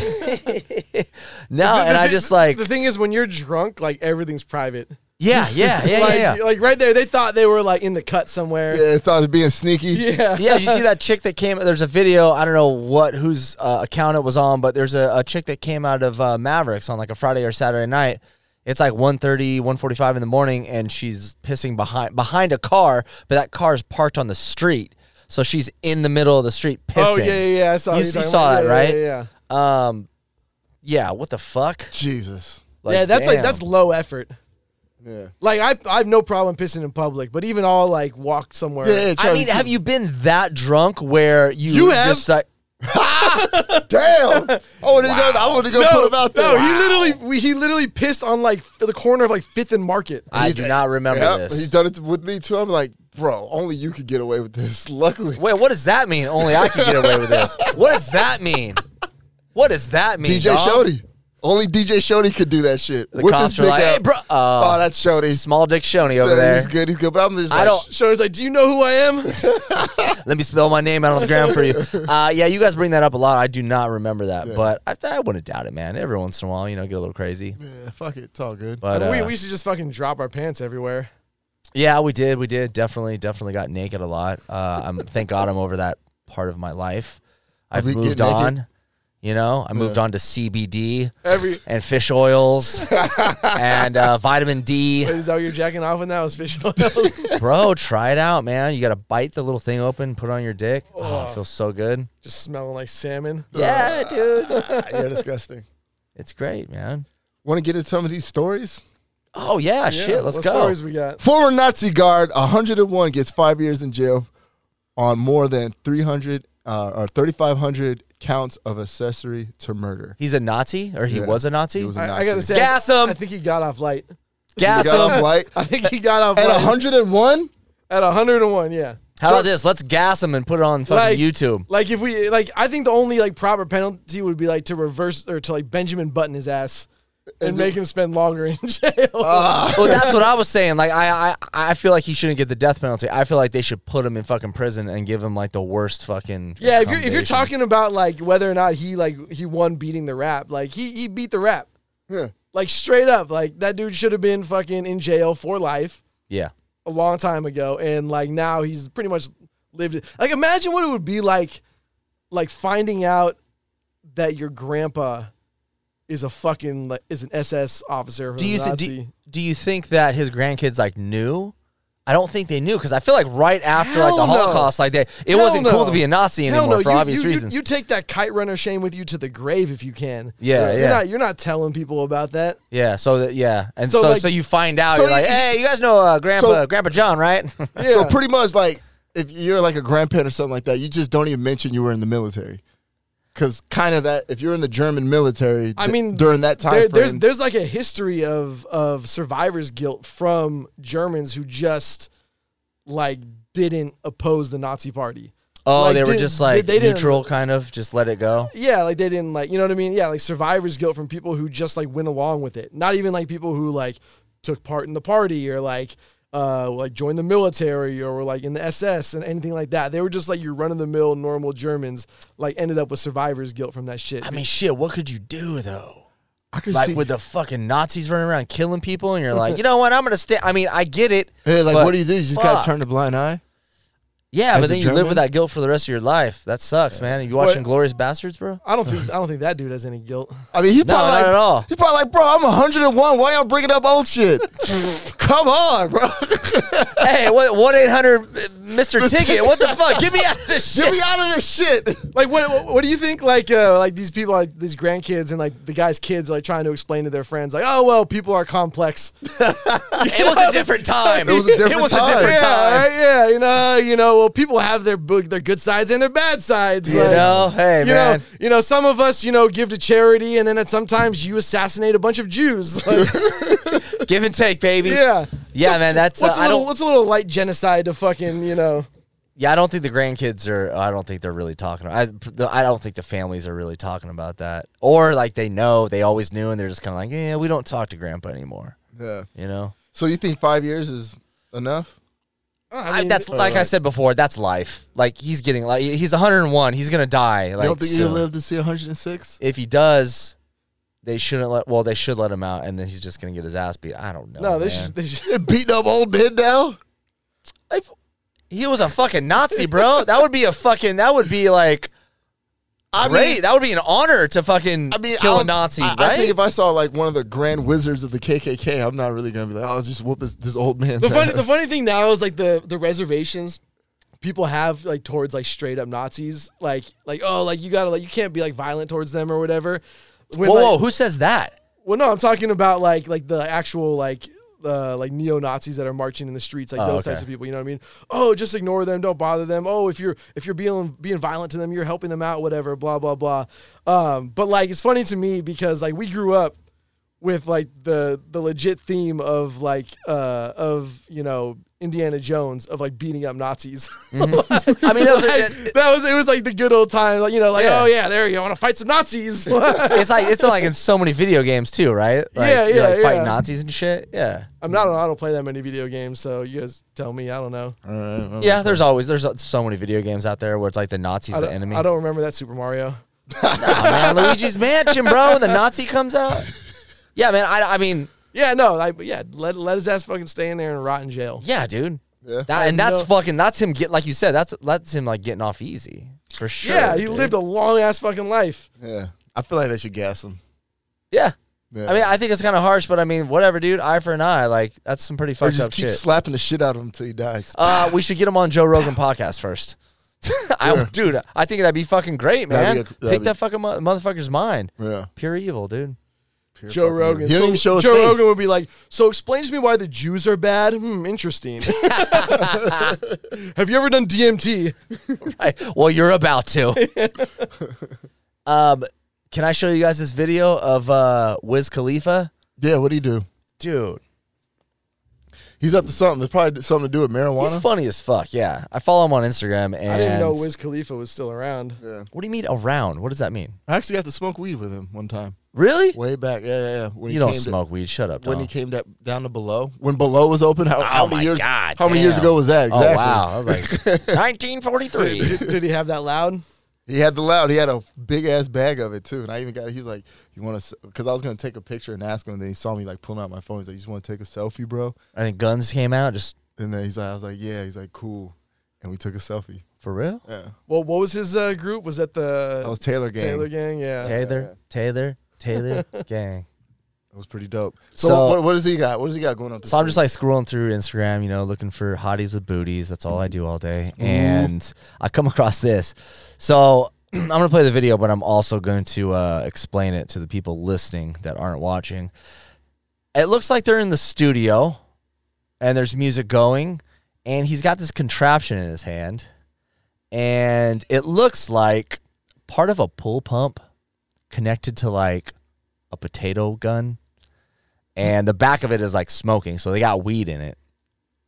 C: no,
A: The- the
C: and I
A: thing-
C: just like,
A: the thing is when you're drunk, like everything's private.
C: yeah, yeah, yeah,
A: like,
C: yeah, yeah.
A: like right there, they thought they were like in the cut somewhere.
B: yeah, thought of being sneaky.
A: Yeah,
C: yeah, did you see that chick that came? There's a video. I don't know what whose uh, account it was on, but there's a, a chick that came out of uh, Mavericks on like a Friday or Saturday night. It's like 1.45 in the morning, and she's pissing behind behind a car, but that car is parked on the street, so she's in the middle of the street pissing.
A: Oh yeah, yeah, yeah. I saw
C: You,
A: what
C: you
A: you're talking
C: saw
A: about.
C: that,
A: Yeah, yeah,
C: right?
A: Yeah, yeah.
C: Um, yeah. What the fuck?
B: Jesus.
C: Like,
A: yeah, that's like
C: damn.
A: that's low effort.
B: Yeah.
A: Like I, I have no problem pissing in public, but even I'll like walk somewhere.
B: Yeah,
C: I mean, have you been that drunk where you
A: You have.
C: just like
B: Damn. I want to go. I want to go put him out
A: no,
B: there.
A: he literally we, he literally pissed on like f- the corner of like Fifth and Market.
C: I do not remember
B: Yep,
C: this.
B: He's done it with me too. I'm like, bro, only you could get away with this. Luckily,
C: Wait, what does that mean? Only I can get away with this. What does that mean? What does that mean?
B: DJ
C: dog?
B: Shody. Only DJ Shoney could do that shit.
C: The
B: Whip
C: cops
B: his
C: were
B: dick
C: like,
B: out.
C: "Hey, bro!"
B: oh, that's Shoney.
C: small dick Shoney over
B: He's
C: there.
B: good. He's good. But I'm just
C: I
B: like,
C: don't-
A: Shoney's like, do you know who I am?
C: Let me spell my name out on the ground for you. Uh, yeah, you guys bring that up a lot. I do not remember that, but I, I wouldn't doubt it, man. Every once in a while, you know, get a little crazy.
B: Yeah, fuck it. It's all good.
C: But uh,
A: we, we used to just fucking drop our pants everywhere.
C: yeah, we did, we did, definitely, definitely got naked a lot. Uh, I'm thank God I'm over that part of my life. I've
B: we get
C: moved
B: naked?
C: on. You know, I moved on to CBD
A: Every
C: and fish oils and uh, vitamin D.
A: is that what you're jacking off in that was fish oil.
C: Bro, try it out, man. You got to bite the little thing open, put it on your dick. Oh, it feels so good.
A: just smelling like salmon.
C: Yeah, dude.
B: You're disgusting.
C: It's great, man.
B: Want to get into some of these stories?
C: Oh, yeah, shit. Let's
A: what
C: go.
A: stories we got?
B: Former Nazi guard 101 gets five years in jail on more than 300 uh, or 3,500 counts of accessory to murder.
C: He's a Nazi, or he
B: Yeah.
C: was a Nazi?
B: He was a
A: I, I
B: Nazi.
A: gotta say,
C: Gas
A: I-
C: 'em.
A: I think he got off light.
C: Gas
B: He got
C: him.
B: off light.
A: I think he got off
B: At
A: light
B: 101?
A: at 101. Yeah.
C: How about this? Let's gas him and put it on fucking
A: Like-
C: YouTube.
A: Like if we like, I think the only like proper penalty would be like to reverse or to like Benjamin Button his ass and make him spend longer in jail.
C: Well, that's what I was saying. Like, I, I, I feel like he shouldn't get the death penalty. I feel like they should put him in fucking prison and give him like the worst fucking.
A: yeah, if you're if you're
C: accommodation.
A: talking about like whether or not he like he won beating the rap, like he he beat the rap,
B: Yeah.
A: like straight up, like that dude should have been fucking in jail for life
C: yeah,
A: a long time ago, and like now he's pretty much lived. it. Like imagine what it would be like, like finding out that your grandpa is a fucking like is an SS officer. for
C: do
A: the
C: you th-
A: Nazi.
C: do, do you think that his grandkids like knew? I don't think they knew because I feel like right after like
A: Hell
C: the
A: no.
C: Holocaust, like they it
A: Hell
C: wasn't cool
A: no.
C: to be a Nazi
A: Hell
C: anymore for
A: you, you,
C: obvious
A: you-
C: reasons.
A: You, take that kite runner shame with you to the grave if you can.
C: Yeah,
A: you're
C: yeah.
A: Not, you're not telling people about that.
C: yeah, so that yeah, and so
A: So,
C: so,
A: like-
C: you find out
B: so
C: you're like,
B: you-
C: hey, you guys know uh, Grandpa
B: So-
C: Grandpa John, right?
B: So
A: Yeah.
B: pretty much like if you're like a grandparent or something like that, you just don't even mention you were in the military. Cause kind of that if you're in the German military
A: I
B: d-
A: mean,
B: during that time
A: There,
B: frame,
A: there's there's like a history of of survivor's guilt from Germans who just like didn't oppose the Nazi party.
C: oh,
A: Like,
C: they were
A: did-
C: just like
A: did- they didn't-
C: neutral, kind of just let it go.
A: Yeah, like they didn't like you know what I mean. Yeah, like survivor's guilt from people who just like went along with it. Not even like people who like took part in the party or like. Uh, like joined the military or were like in the SS and anything like that. They were just like your run of the mill normal Germans. Like ended up with survivor's guilt from that shit.
C: I mean, shit, what could you do though?
B: I could
C: Like
B: see
C: with the fucking Nazis running around killing people, and you're like, you know what? I'm gonna stay. I mean, I get it.
B: Hey, like
C: but
B: what do you do? You just gotta
C: fuck.
B: turn a blind eye?
C: Yeah,
B: As
C: but
B: a
C: then you live
B: German?
C: with that guilt for the rest of your life. That sucks, man. You watching
A: What-
C: Glorious Bastards, bro?
A: I don't think I don't think that dude has any guilt.
B: I mean, he
C: No,
B: probably
C: not
B: like,
C: at all.
B: He probably like, bro, I'm 101. Why y'all bringing up old shit? Come on, bro.
C: hey, what one eight hundred Mr. Ticket? What the fuck? Get me out of this
B: Get
C: shit.
B: me out of this shit.
A: Like what what- what do you think like uh like these people like these grandkids and like the guy's kids like trying to explain to their friends like oh well people are complex.
C: It was a different time.
B: It was a different
C: was
B: time.
C: different
A: yeah,
C: time.
A: right, yeah, you know, you know, well people have their boo- their good sides and their bad sides.
C: You
A: like,
C: know, hey
A: you
C: man.
A: know, you know, some of us, you know, give to charity, and then at sometimes you assassinate a bunch of Jews. Like,
C: Give and take, baby. Yeah,
A: yeah,
C: man. That's uh,
A: what's a
C: I
A: little,
C: don't.
A: what's a little light genocide to fucking, you know?
C: Yeah, I don't think the grandkids are. I don't think they're really talking. I the- I don't think the families are really talking about that, or like they know they always knew, and they're just kind of like, yeah, we don't talk to grandpa anymore.
B: Yeah.
C: You know,
B: So you think five years is enough?
C: I that's
B: uh,
C: like I said before. That's life. Like he's getting like he's 101. He's gonna die. Like
B: you don't think you'll
C: soon.
B: live to see 106?
C: if he does, they shouldn't let. Well, they should let him out, and then he's just gonna get his ass beat. I don't know.
A: no, they
C: man.
A: should, they should,
B: Beating up old men now?
C: I've- he was a fucking Nazi, bro. that would be a fucking. That would be like.
B: I
C: great.
B: mean-
C: that would be an honor to fucking
B: I mean,
C: kill
B: I'll-
C: a Nazi,
B: I,
C: right?
B: I think if I saw like one of the grand wizards of the KKK, I'm not really gonna be like, oh, just whoop this, this old man.
A: the funny the funny thing now is like the the reservations people have like towards like straight up Nazis like like oh like you gotta like you can't be like violent towards them or whatever. When,
C: whoa,
A: like-
C: whoa, who says that?
A: Well, no, I'm talking about like like the actual like uh, like neo Nazis that are marching in the streets, like
C: Oh,
A: those
C: okay.
A: types of people. You know what I mean? Oh, just ignore them, don't bother them. Oh, if you're if you're being being violent to them, you're helping them out, whatever. Blah blah blah. Um, but like it's funny to me because like we grew up with like the the legit theme of like uh of you you know Indiana Jones of like beating up Nazis.
C: Mm-hmm. I mean, those are,
A: Like,
C: it-
A: that was it was like the good old time, like you know, like
C: Yeah.
A: oh yeah, there you go, want to fight some Nazis.
C: it's like it's like in so many video games too, right? Like,
A: Yeah,
C: you're
A: yeah,
C: like fighting
A: yeah.
C: Nazis and shit. Yeah,
A: I'm not. I don't play that many video games, so you guys tell me. I don't know.
B: All right, well,
C: yeah. There's always there's so many video games out there where it's like the Nazis
A: I
C: the
A: don't-
C: enemy.
A: I don't remember that Super Mario.
C: Nah, man, Luigi's Mansion, bro, and the Nazi comes out. Yeah, man. I, I mean,
A: Yeah, no, I, yeah. Let let his ass fucking stay in there and rot in jail.
C: yeah, dude.
B: Yeah.
C: That, and that's
A: No.
C: fucking that's him get like you said that's that's him like getting off easy for sure.
A: yeah, he
C: dude.
A: lived a long ass fucking life.
B: Yeah. I feel like they should gas him.
C: Yeah.
B: Yeah.
C: I mean, I think it's kind of harsh, but I mean, whatever, dude. Eye for an eye, like that's some pretty
B: Or
C: fucked
B: just
C: up
B: keep
C: shit.
B: slapping the shit out of him until he dies.
C: uh, we should get him on Joe Rogan podcast first. I, dude, I think that'd be fucking great, man.
B: That'd be a- that'd
C: Pick
B: be-
C: that fucking mo- motherfucker's mind.
B: yeah.
C: Pure evil, dude.
B: Pure
A: Joe
B: fucking-
A: Rogan.
B: He
A: So
B: don't even show his
A: Joe
B: face.
A: Rogan would be like, "So explain to me why the Jews are bad." Hmm, interesting. Have you ever done DMT?
C: Right. Well, you're about to. um, can I show you guys this video of uh, Wiz Khalifa,
B: Yeah, what'd he do?
C: dude?
B: He's up to something. There's probably something to do with marijuana.
C: He's funny as fuck. Yeah, I follow him on Instagram. And
A: I didn't know Wiz Khalifa was still around.
C: What do you mean around? What does that mean?
B: I actually got to smoke weed with him one time.
C: Really?
B: Way back. Yeah, yeah, yeah. When
C: You don't
B: came to-
C: smoke weed. Shut up.
B: when he
C: dog.
B: came that down to below. When below was open, how, how
C: Oh
B: many
C: my
B: years
C: God,
B: how many years
C: damn.
B: ago was that? Exactly.
C: Oh wow! I was like 1943.
A: Did, did he have that loud?
B: He had the loud. He had a big ass bag of it too, and I even got. He was like, "You want to?" Because I was gonna take a picture and ask him, and then he saw me like pulling out my phone. He's like, "You just want to take a selfie, bro?"
C: I think guns came out just
B: And then he's like, "I was like, yeah." He's like, "Cool," and we took a selfie.
C: for real.
B: Yeah,
A: Well, what was his uh, group? Was that the
B: that was Taylor gang.
A: Taylor Gang? Yeah.
C: Taylor, Taylor, Taylor, gang.
B: That was pretty dope. So,
C: So-
B: what, what does he got? What does he got going on?
C: So I'm just like scrolling through Instagram, you know, looking for hotties with booties. That's all I do all day. And I come across this. So I'm going to play the video, but I'm also going to uh, explain it to the people listening that aren't watching. It looks like they're in the studio and there's music going, and he's got this contraption in his hand. And it looks like part of a pull pump connected to like a potato gun and the back of it is like smoking, so they got weed in it.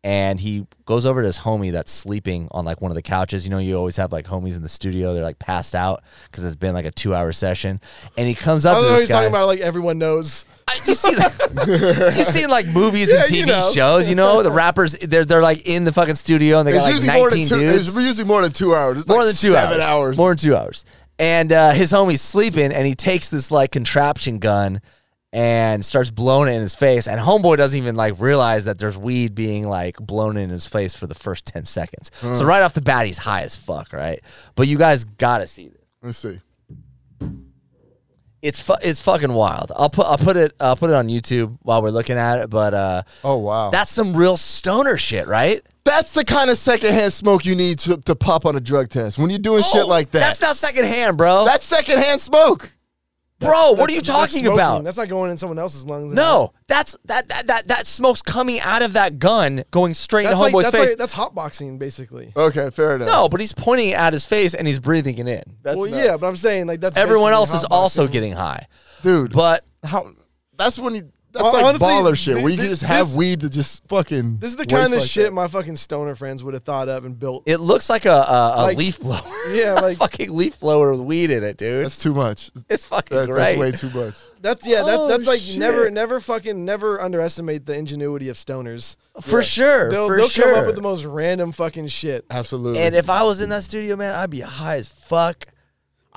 C: And he goes over to his homie that's sleeping on like one of the couches. You know, you always have like homies in the studio; they're like passed out because it's been like a two-hour session. And he comes up
A: I
C: to
A: don't know
C: this
A: he's
C: guy.
A: talking about like everyone knows.
C: I- you see, that, you've seen like movies and
A: Yeah,
C: TV
A: you know.
C: shows. You know, the rappers they're they're like in the fucking studio and they
B: It's
C: got like
B: usually more than
C: nineteen
B: two.
C: dudes
B: It's usually more than two hours. It's
C: more
B: like
C: than two
B: seven
C: hours.
B: hours.
C: More than two hours. And uh, his homie's sleeping, and he takes this like contraption gun and starts blowing it in his face. And homeboy doesn't even like realize that there's weed being like blown in his face for the first ten seconds.
B: Hmm.
C: So right off the bat, he's high as fuck, right? But you guys gotta see this.
B: Let's see.
C: It's fu- it's fucking wild. I'll put I'll put it I'll put it on YouTube while we're looking at it. But uh,
B: Oh wow.
C: that's some real stoner shit, right?
B: That's the kind of secondhand smoke you need to, to pop on a drug test. When you're doing shit
C: Oh,
B: like that,
C: That's not secondhand, bro.
B: that's secondhand smoke.
C: bro, what are
A: That's-
C: you
A: that's
C: talking
A: smoking.
C: about?
A: That's not going in someone else's lungs.
C: No, that's that that that that smoke's coming out of that gun, going straight
A: That's
C: into
A: like,
C: homeboy's
A: that's
C: face. Oh,
A: like that's hotboxing basically.
B: Okay, fair enough.
C: no, but he's pointing at his face and he's breathing it in.
B: that's
A: well,
B: nuts.
A: yeah, but I'm saying like that's
C: Everyone
A: basically
C: else is
A: hotboxing.
C: also getting high,
B: dude.
C: but
B: how? That's when you. That's
A: Hon-
B: like
A: honestly,
B: baller shit,
A: thi-
B: where you
A: thi-
B: can just have
A: this-
B: weed to just fucking.
A: This is the
B: waste
A: kind of
B: like
A: shit
B: that.
A: my fucking stoner friends would have thought up and built.
C: it looks like a a, a
A: Like-
C: leaf blower.
A: Yeah,
C: A
A: like-
C: fucking leaf blower with weed in it, dude.
B: That's too much.
C: it's fucking
B: That- That's
C: great.
B: way too much.
A: That's yeah. That,
C: Oh,
A: that's like never,
C: shit.
A: never fucking, never underestimate the ingenuity of stoners.
C: for sure,
A: They'll,
C: for
A: they'll
C: sure.
A: come up with the most random fucking shit.
B: Absolutely.
C: and if I was in that studio, man, I'd be high as fuck.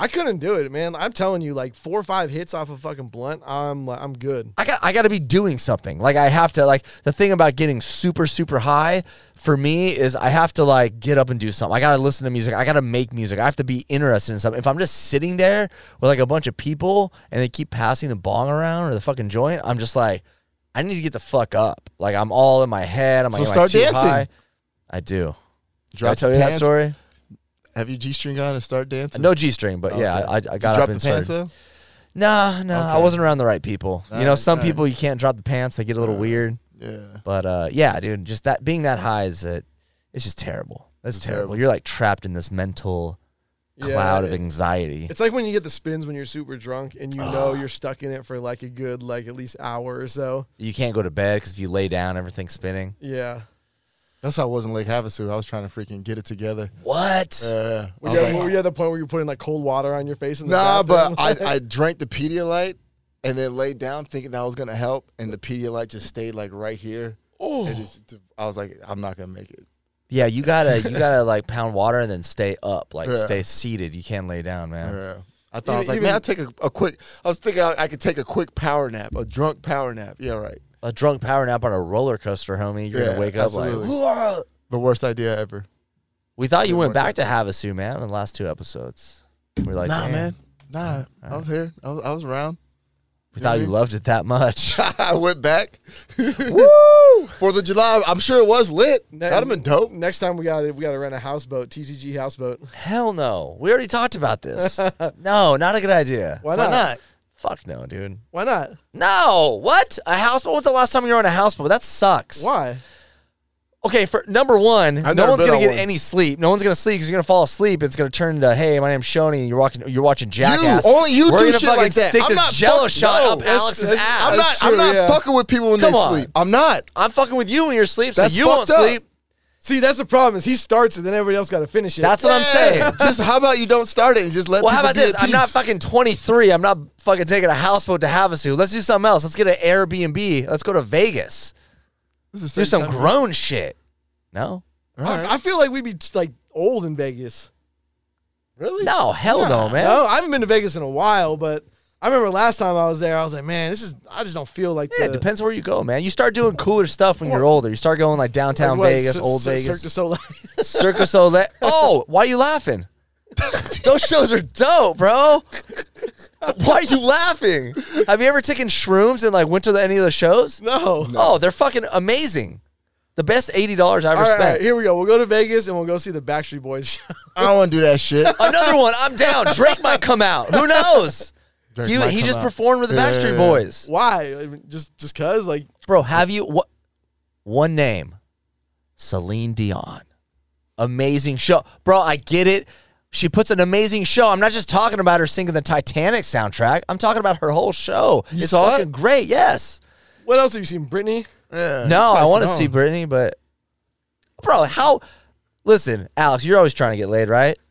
A: I couldn't do it, man. I'm telling you, like four or five hits off a fucking blunt, I'm like, I'm good.
C: I got I got to be doing something. Like I have to like the thing about getting super super high for me is I have to like get up and do something. I got to listen to music. I got to make music. I have to be interested in something. If I'm just sitting there with like a bunch of people and they keep passing the bong around or the fucking joint, I'm just like I need to get the fuck up. Like I'm all in my head. I'm
B: So
C: like am I
B: start
C: too
B: dancing.
C: high? I do. Did
B: Drop
C: I tell
B: the
C: you that
B: pants.
C: story?
B: have your g string on and start dancing.
C: No G string, but yeah, I, I, I got
B: drop
C: up
B: the
C: and
B: pants
C: started.
B: though.
C: Nah, nah, I
B: Okay.
C: wasn't around the right people. you know,
B: Alright,
C: some
B: alright. Uh,
C: people you can't drop the pants; they get a little weird.
B: Yeah.
C: But uh, yeah, dude, just that being that high is that it's just terrible. That's
B: It's
C: terrible.
B: terrible.
C: You're like trapped in this mental
A: Yeah,
C: cloud of
A: it-
C: anxiety.
A: It's like when you get the spins when you're super drunk and you know you're stuck in it for like a good, like at least hour or so.
C: You can't go to bed because if you lay down, everything's spinning.
A: Yeah.
B: That's how I was in Lake Havasu. I was trying to freaking get it together.
C: What?
B: Yeah, yeah. I
A: Were
B: was
A: you, at,
B: like,
A: were you at the point where you put in like cold water on your face? In the
B: Nah,
A: bathroom?
B: but I, I drank the Pedialyte and then laid down thinking that was gonna help, and the Pedialyte just stayed like right here. Oh, I was like, I'm not gonna make it.
C: yeah, you gotta you gotta like pound water and then stay up, like
B: Yeah.
C: stay seated. You can't lay down, man.
B: Yeah. I thought I was
A: Even-
B: like, man,
A: even-
B: I take a, a quick. I was thinking I, I could take a quick power nap, a drunk power nap. Yeah, right.
C: A drunk power nap on a roller coaster, homie. You're
B: Yeah,
C: gonna wake up
B: absolutely.
C: like. "Ugh."
B: The worst idea ever.
C: We thought you
B: Didn't
C: went
B: work
C: back to Havasu, man, in the last two episodes. We're like,
B: nah,
C: "Damn."
B: man. Nah, I was here. I was, I was around.
C: We thought you loved it that much.
B: I went back.
C: Woo!
B: Fourth of July. I'm sure it was lit. That'd have been dope.
A: Next time we got to we got to rent a houseboat, TTG houseboat.
C: Hell no. We already talked about this. no, not a good idea.
A: Why not?
C: Fuck no, dude.
A: Why not?
C: No. What? A houseboat? When's the last time you were on a houseboat? That sucks.
A: Why?
C: Okay, for number one,
B: I've
C: no
B: never
C: one's
B: been
C: gonna
B: on
C: get
B: one.
C: any sleep. No one's gonna sleep because you're gonna fall asleep. It's gonna turn into, hey, my name's Shoney, and you're watching, you're watching Jackass.
B: only you
C: We're
B: do
C: gonna
B: shit
C: fucking
B: like that.
C: Stick
B: I'm
C: this
B: not
C: Jello
B: fuck-
C: shot
B: no,
C: up
B: that's-
C: Alex's
A: that's-
C: ass.
B: I'm not.
A: That's
B: I'm
A: true,
B: not
A: yeah.
B: fucking with people when
C: Come
B: they
C: on.
B: sleep. I'm not.
C: I'm fucking with you when you're asleep, so
B: That's
C: you won't
B: fucked up.
C: sleep.
A: See, that's the problem. Is he starts and then everybody else got to finish it.
C: That's what I'm saying.
B: just how about you don't start it and just let.
C: Well, how
B: people
C: about
B: be
C: this?
B: at
C: I'm not
B: peace?
C: fucking 23. I'm not fucking taking a houseboat to Havasu. Let's do something else. Let's get an Airbnb. Let's go to Vegas.
B: This is the
C: Do
B: same
C: some
B: time.
C: grown shit. No?
B: All
A: I,
B: right.
A: I feel like we'd be like old in Vegas.
B: Really?
C: No, hell no, man.
A: No, I haven't been to Vegas in a while, but I remember last time I was there, I was like, man, this is. I just don't feel like.
C: Yeah, it
A: the,
C: depends where you go, man. You start doing cooler stuff when you're older. You start going like
A: like,
C: downtown
A: what,
C: Vegas,
A: Cir-
C: old
A: Cir- Cirque
C: Vegas,
A: du Soleil.
C: Cirque du Soleil. Oh, why are you laughing? Those shows are dope, bro. Why are you laughing? Have you ever taken shrooms and like went to the, any of the shows?
A: no.
C: Oh, they're fucking amazing. The best eighty dollars I ever
A: All right,
C: spent.
A: all right, here we go. We'll go to Vegas and we'll go see the Backstreet Boys show.
B: I don't want to do that shit.
C: Another one. I'm down. Drake might come out. Who knows? You, he just performed with the
B: Yeah,
C: Backstreet
B: yeah, yeah.
C: Boys.
A: Why? I mean, just just cause like
C: Bro, have you what? One name, Celine Dion. Amazing show, bro. I get it. She puts an amazing show. I'm not just talking about her singing the Titanic soundtrack. I'm talking about her whole show.
B: You
C: it's
B: saw
C: fucking
B: it?
C: great. Yes.
A: what else have you seen? Britney.
C: No, I want to see Brittany, but bro, how? Listen, Alex, you're always trying to get laid, right?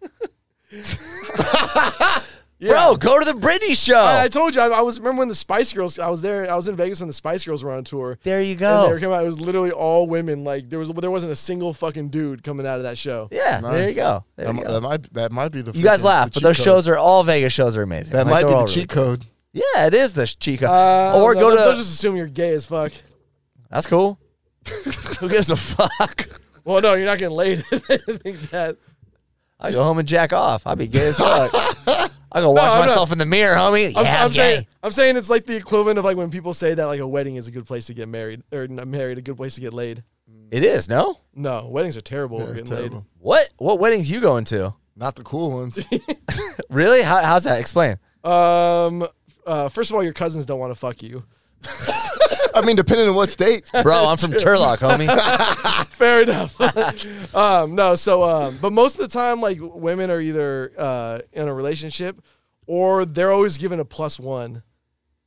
C: Bro, go to the Britney show.
A: I, I told you I, I was remember when the Spice Girls. I was there. I was in Vegas when the Spice Girls were on tour.
C: there you
A: And
C: go.
A: they were coming out. It was literally all women. Like there was there wasn't a single fucking dude coming out of that show.
C: Yeah, there you
B: Nice.
C: go. There
B: That,
C: you,
B: mi-
C: go.
B: that might that might be the.
C: you guys
B: freaking-
C: laugh,
B: the
C: but
B: cheat
C: those
B: code.
C: shows are all Vegas shows are amazing.
B: That
C: Like,
B: might
C: they're
B: be
C: all
B: the
C: really
B: cheat
C: good.
B: code.
C: Yeah, it is the cheat code.
A: Uh,
C: or
A: no,
C: go
A: they'll-
C: to
A: They'll just assume you're gay as fuck.
C: that's cool. Who gives a fuck?
A: Well, no, you're not getting laid. I think that.
C: I go home and jack off. I'd be gay as fuck. I go watch
A: I'm not-
C: myself in the mirror, homie. Yeah,
A: I'm,
C: I'm,
A: I'm
C: gay.
A: saying I'm saying it's like the equivalent of like when people say that like a wedding is a good place to get married or not married a good place to get laid.
C: It is no.
A: No, weddings are terrible.
B: Yeah,
A: for
B: it's
A: getting
B: terrible.
A: laid.
C: What? What weddings you going to?
B: Not the cool ones.
C: Really? How, how's that? Explain.
A: Um, uh, first of all, your cousins don't want to fuck you.
B: I mean, depending on what state.
C: Bro, I'm from Turlock, homie.
A: Fair enough. um, no, so um, but most of the time, like women are either uh, in a relationship or they're always given a plus one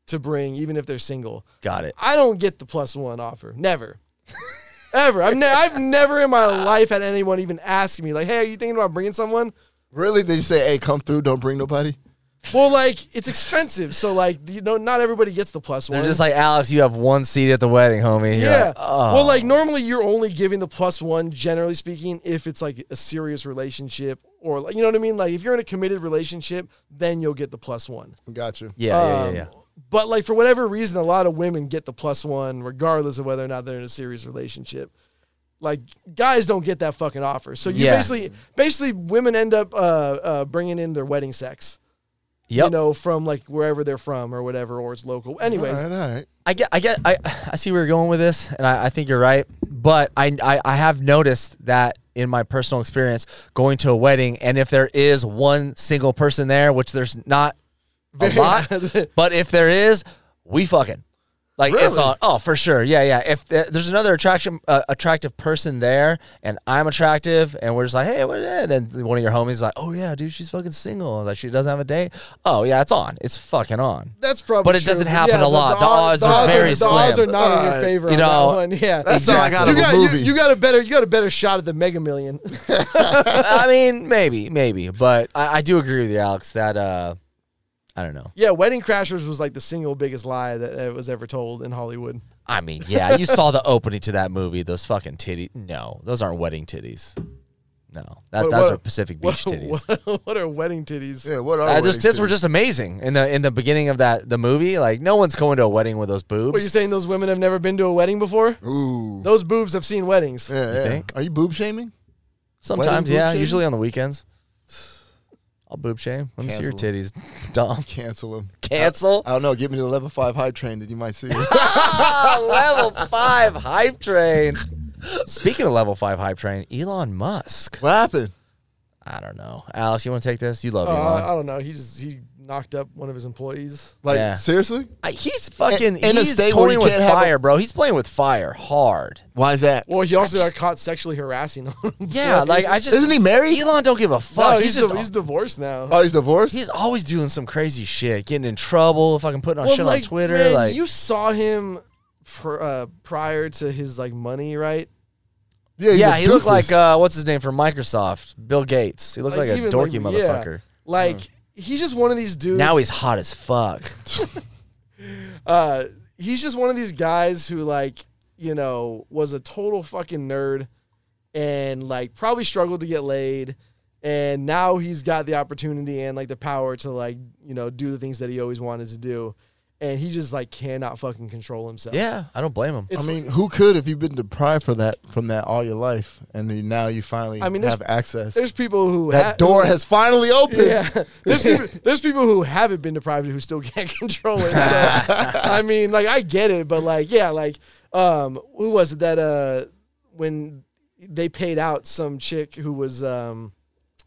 A: to bring, even if they're single.
C: Got it.
A: I don't get the plus one offer. Never. Ever. I've, ne- I've never in my life had anyone even ask me, like, hey, are you thinking about bringing someone?
B: Really? They just say, "Hey, come through. Don't bring nobody."
A: Well, like, it's expensive. So, like, you know, not everybody gets the plus
C: They're
A: one.
C: just like Alex. You have one seat at the wedding, homie. You're
A: Yeah.
C: like, oh.
A: Well, like normally you're only giving the plus one, generally speaking, if it's like a serious relationship or like you know what I mean. Like if you're in a committed relationship, then you'll get the plus one.
B: Got you.
C: yeah, yeah, yeah,
A: Um,
C: yeah.
A: But like for whatever reason, a lot of women get the plus one, regardless of whether or not they're in a serious relationship. Like guys don't get that fucking offer. So you
C: Yeah.
A: basically, basically, women end up uh, uh, bringing in their wedding sex.
C: Yep.
A: You know, from like wherever they're from or whatever, or it's local. Anyways,
B: All right. All right.
C: I get, I get, I, I see where you're going with this, and I, I think you're right. But I, I, I have noticed that in my personal experience, going to a wedding, and if there is one single person there, which there's not a lot, but if there is, we fucking. Like it's
B: Really?
C: on. Oh, for sure. Yeah, yeah. If th- there's another attraction, uh, attractive person there, and I'm attractive, and we're just like, hey, what? eh," And then one of your homies is like, oh yeah, dude, she's fucking single. I was Like she doesn't have a date. Oh yeah, it's on. It's fucking on.
A: That's probably.
C: But it
A: true.
C: doesn't happen a
A: the-
C: lot. The
A: odd-
C: odds are very
A: The odds are
C: slim.
A: not in your
B: Uh,
A: favor.
C: you
A: on
C: know,
A: that one. yeah.
B: that's how I
A: you
B: got out of a
A: got, you-
B: movie.
A: You, got a better. You got a better shot at the Mega Million.
C: I mean, maybe, maybe, but I, I do agree with you, Alex. That uh, I don't know.
A: yeah, Wedding Crashers was like the single biggest lie that uh, was ever told in Hollywood.
C: I mean, yeah, you saw the opening to that movie. Those fucking titties. No, those aren't wedding titties. No, that,
A: What-
C: those
A: what-
C: are Pacific
A: What,
C: Beach titties.
A: what, what are wedding titties?
B: Yeah, what are
C: Uh, those
B: wedding
C: tits were
B: titties?
C: just amazing in the in the beginning of that the movie. Like no one's going to a wedding with those
A: What are you
C: boobs.
A: saying? Those women have never been to a wedding before.
B: Ooh.
A: Those boobs have seen weddings.
B: Yeah, yeah.
C: think?
B: Are you boob shaming? wedding
C: Sometimes,
B: boob
C: yeah,
B: shaming?
C: usually on the weekends. I'll boob shame. Let me see your
B: Cancel.
C: titties, Dom.
B: Cancel them.
C: Cancel
B: I don't know. Get me to the level five high train that you might see.
C: Ah, level five hype train. Speaking of level five hype train, Elon Musk.
B: what happened?
C: I don't know, Alex. You want to take this? You love
A: Uh,
C: Elon.
A: I don't know. He just he knocked up one of his employees.
B: Like
C: Yeah.
B: seriously?
C: I- he's fucking
B: In- in a
C: he's
B: state where
C: toying
B: you
C: with
B: can't have a-
C: fire, bro. He's playing with fire hard.
B: Why is that?
A: Well, he also got caught sexually harassing him.
C: Yeah, like I just
B: Isn't he married?
C: Elon don't give a fuck.
A: no,
C: he's,
A: he's,
C: just
A: di- he's divorced now.
B: Oh, he's divorced.
C: he's always doing some crazy shit, getting in trouble, fucking putting on shit on Twitter.
A: man,
C: like
A: you saw him pr- uh, prior to his like money, right?
B: yeah, he's
C: yeah,
B: a
C: he looked
B: doofus.
C: like uh, what's his name from Microsoft, Bill Gates. He looked like,
A: Like,
C: a
A: even, like,
C: dorky
A: yeah.
C: motherfucker. Hmm.
A: Like he's just one of these dudes.
C: Now he's hot as fuck.
A: uh, he's just one of these guys who like you know was a total fucking nerd and like probably struggled to get laid and now he's got the opportunity and like the power to like you know do the things that he always wanted to do and he just like cannot fucking control himself
C: yeah, I don't blame him.
A: It's-
B: I mean, who could if you've been deprived for that from that all your life, and you, now you finally
A: I mean, there's-
B: have access?
A: there's people who
B: That
A: ha-
B: door has finally opened.
A: Yeah, there's people, there's people who haven't been deprived who still can't control it. So, I mean, like I get it, but like yeah, like um, who was it that uh when they paid out some chick who was um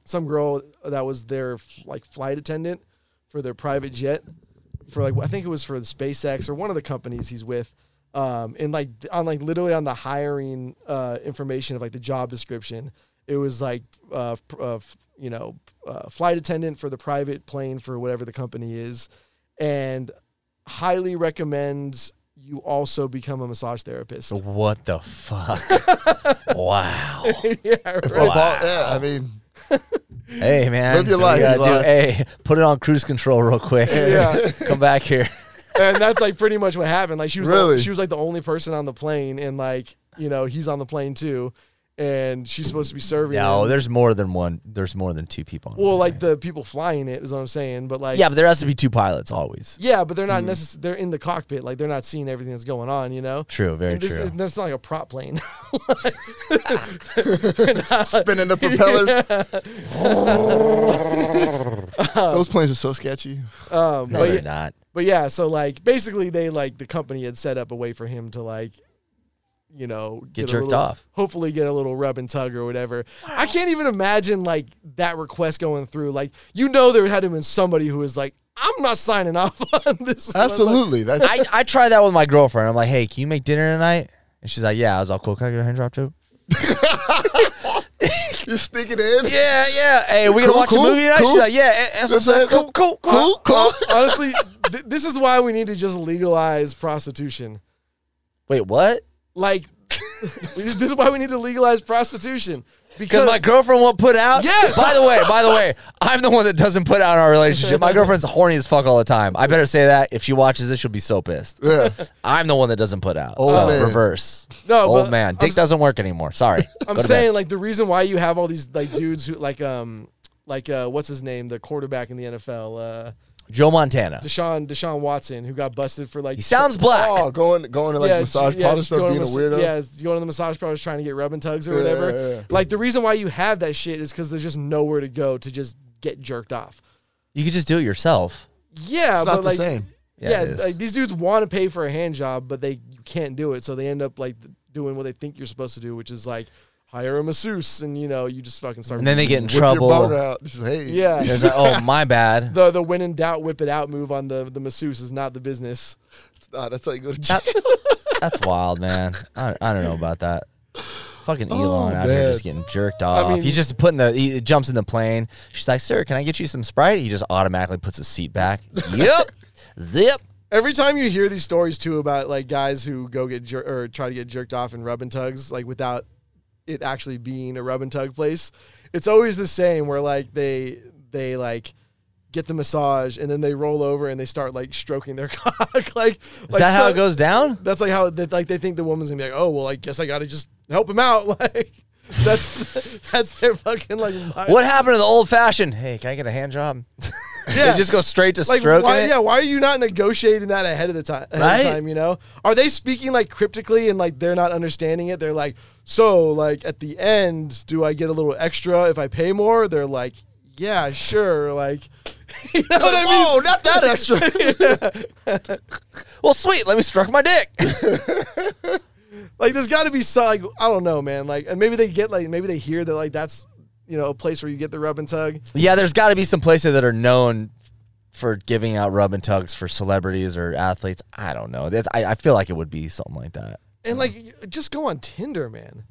A: some girl that was their like flight attendant for their private jet for like I think it was for the SpaceX or one of the companies he's with. Um, and like on like literally on the hiring uh, information of like the job description, it was like uh, f- uh, f- you know uh, flight attendant for the private plane for whatever the company is, and highly recommend you also become a massage therapist.
C: What the fuck? wow.
A: yeah, right.
B: If I've all- yeah, I mean,
C: Hey man,
B: Live your
C: what
B: life,
C: do you gotta do?
B: Elon.
C: Hey, put it on cruise control real quick.
A: Yeah.
C: come back here.
A: and that's like pretty much what happened. Like she was
B: Really?
A: the, she was like the only person on the plane, and like you know he's on the plane too, and she's supposed to be serving.
C: No,
A: him.
C: there's more than one. There's more than two people. on
A: well,
C: it.
A: like the people flying it is what I'm saying, but like
C: yeah, but Mm. there has to be two pilots always.
A: yeah, but they're not necess- They're in the cockpit, like they're not seeing everything that's going on, you know.
C: True, very
A: This
C: true.
A: is, that's not like a prop plane.
B: spinning the propellers. Those planes are so sketchy.
A: Um,
C: No,
A: but,
C: they're
A: yeah,
C: not.
A: but yeah, so like basically they like the company had set up a way for him to like, you know,
C: Get
A: a
C: jerked
A: little-
C: off.
A: Hopefully get a little rub and tug or whatever. I can't even imagine like that request going through. Like you know there had to have been somebody who was like, I'm not signing off on this. one." Like,
B: Absolutely. That's
C: I, I tried that with my girlfriend. I'm like, hey, can you make dinner tonight? And she's like, yeah. I was all cool. Can I get a hand drop too?
B: you're sneaking in.
C: Yeah, yeah. Hey, we gonna
B: Cool,
C: watch
B: cool,
C: a movie tonight?
B: cool.
C: She's like, yeah. And,
B: That's it.
C: cool, cool,
B: Cool, cool.
A: Honestly, th- this is why we need to just legalize prostitution.
C: Wait, what?
A: Like this is why we need to legalize prostitution.
C: Because my girlfriend won't put out.
A: Yes.
C: By the way, by the way, I'm the one that doesn't put out in our relationship. My girlfriend's horny as fuck all the time. I better say that. If she watches this, she'll be so pissed.
B: Yeah.
C: I'm the one that doesn't put out.
B: Old
C: so
B: man.
C: reverse.
A: No,
C: Old
A: Oh, but
C: man.
A: I'm
C: Dick doesn't work anymore. Sorry.
A: I'm
C: Go to
A: saying like the reason why you have all these like dudes who like um like uh what's his name the quarterback in the NFL uh
C: bed. Joe Montana.
A: Deshaun Deshaun Watson who got busted for like
C: He sounds black.
B: Oh, going going to like massage parlor
A: just
B: stuff,
A: going
B: being a
A: to mas-
B: weirdo.
A: Yeah, it's going to the massage parlors trying to get rub and tugs or
B: Yeah,
A: whatever.
B: yeah, yeah.
A: Like the reason why you have that shit is because there's just nowhere to go to just get jerked off.
C: You could just do it yourself.
A: Yeah,
B: it's
A: but
B: not the
A: like
B: same.
C: Yeah,
A: yeah,
C: it is.
A: like these dudes want to pay for a hand job, but they you can't do it, so they end up like doing what they think you're supposed to do, which is like hire a masseuse, and you know, you just fucking start.
C: And then they get in
B: Whip your boner
C: trouble.
B: out. Just, hey.
A: yeah.
C: There's a- oh, my bad.
A: the the when in doubt, whip it out move on the the masseuse is not the business.
B: It's not- that's how you go to jail.
C: That's wild, man. I, I don't know about that. Fucking Elon out
B: man.
C: here just getting jerked off.
A: Oh, mean-
C: He's just putting the he jumps in the plane. She's like, "Sir, can I get you some Sprite?" He just automatically puts his seat back. yep, zip.
A: Every time you hear these stories too about like guys who go get jer- or try to get jerked off in rub and tugs, like without it actually being a rub and tug place, it's always the same where like they they like get the massage and then they roll over and they start like stroking their cock. like, like
C: Is that how
A: so-
C: it goes down?
A: That's like how they, like they think the woman's gonna be like, oh well, I guess I gotta just help him out. Like that's that's their fucking like mind-
C: What happened to the old fashioned? Hey, can I get a hand job?
A: Yeah.
C: they just go straight to
A: like
C: stroking
A: why,
C: it.
A: yeah why are you not negotiating that ahead of the time ahead of
C: Right?
A: time you know are they speaking like cryptically and like they're not understanding it they're like so like at the end do i get a little extra if i pay more they're like yeah sure like you know what i mean
B: Whoa, Oh, not that extra.
C: Well, sweet. Let me stroke my dick.
A: like there's got to be some like i don't know man like and maybe they get like maybe they hear that like that's you know a place where you get the rub and tug
C: yeah, there's got to be some places that are known for giving out rub and tugs for celebrities or athletes. I don't know. That's, I, I feel like it would be something like that.
A: and like y- just go on tinder man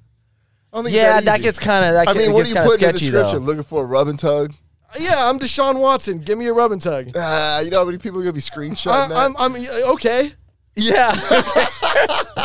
B: I don't think it's
C: Yeah, that,
B: easy.
C: gets kind of that.
B: I
C: get-
B: mean,
C: it
B: what do you
C: gets kinda
B: put in the
C: sketchy, though.
B: description? Looking for a rub and tug?
A: yeah i'm deshaun watson give me a rub and tug
B: Ah, you know how many people are gonna be
A: I,
B: screenshotting that?
A: I'm, I'm okay
C: Yeah,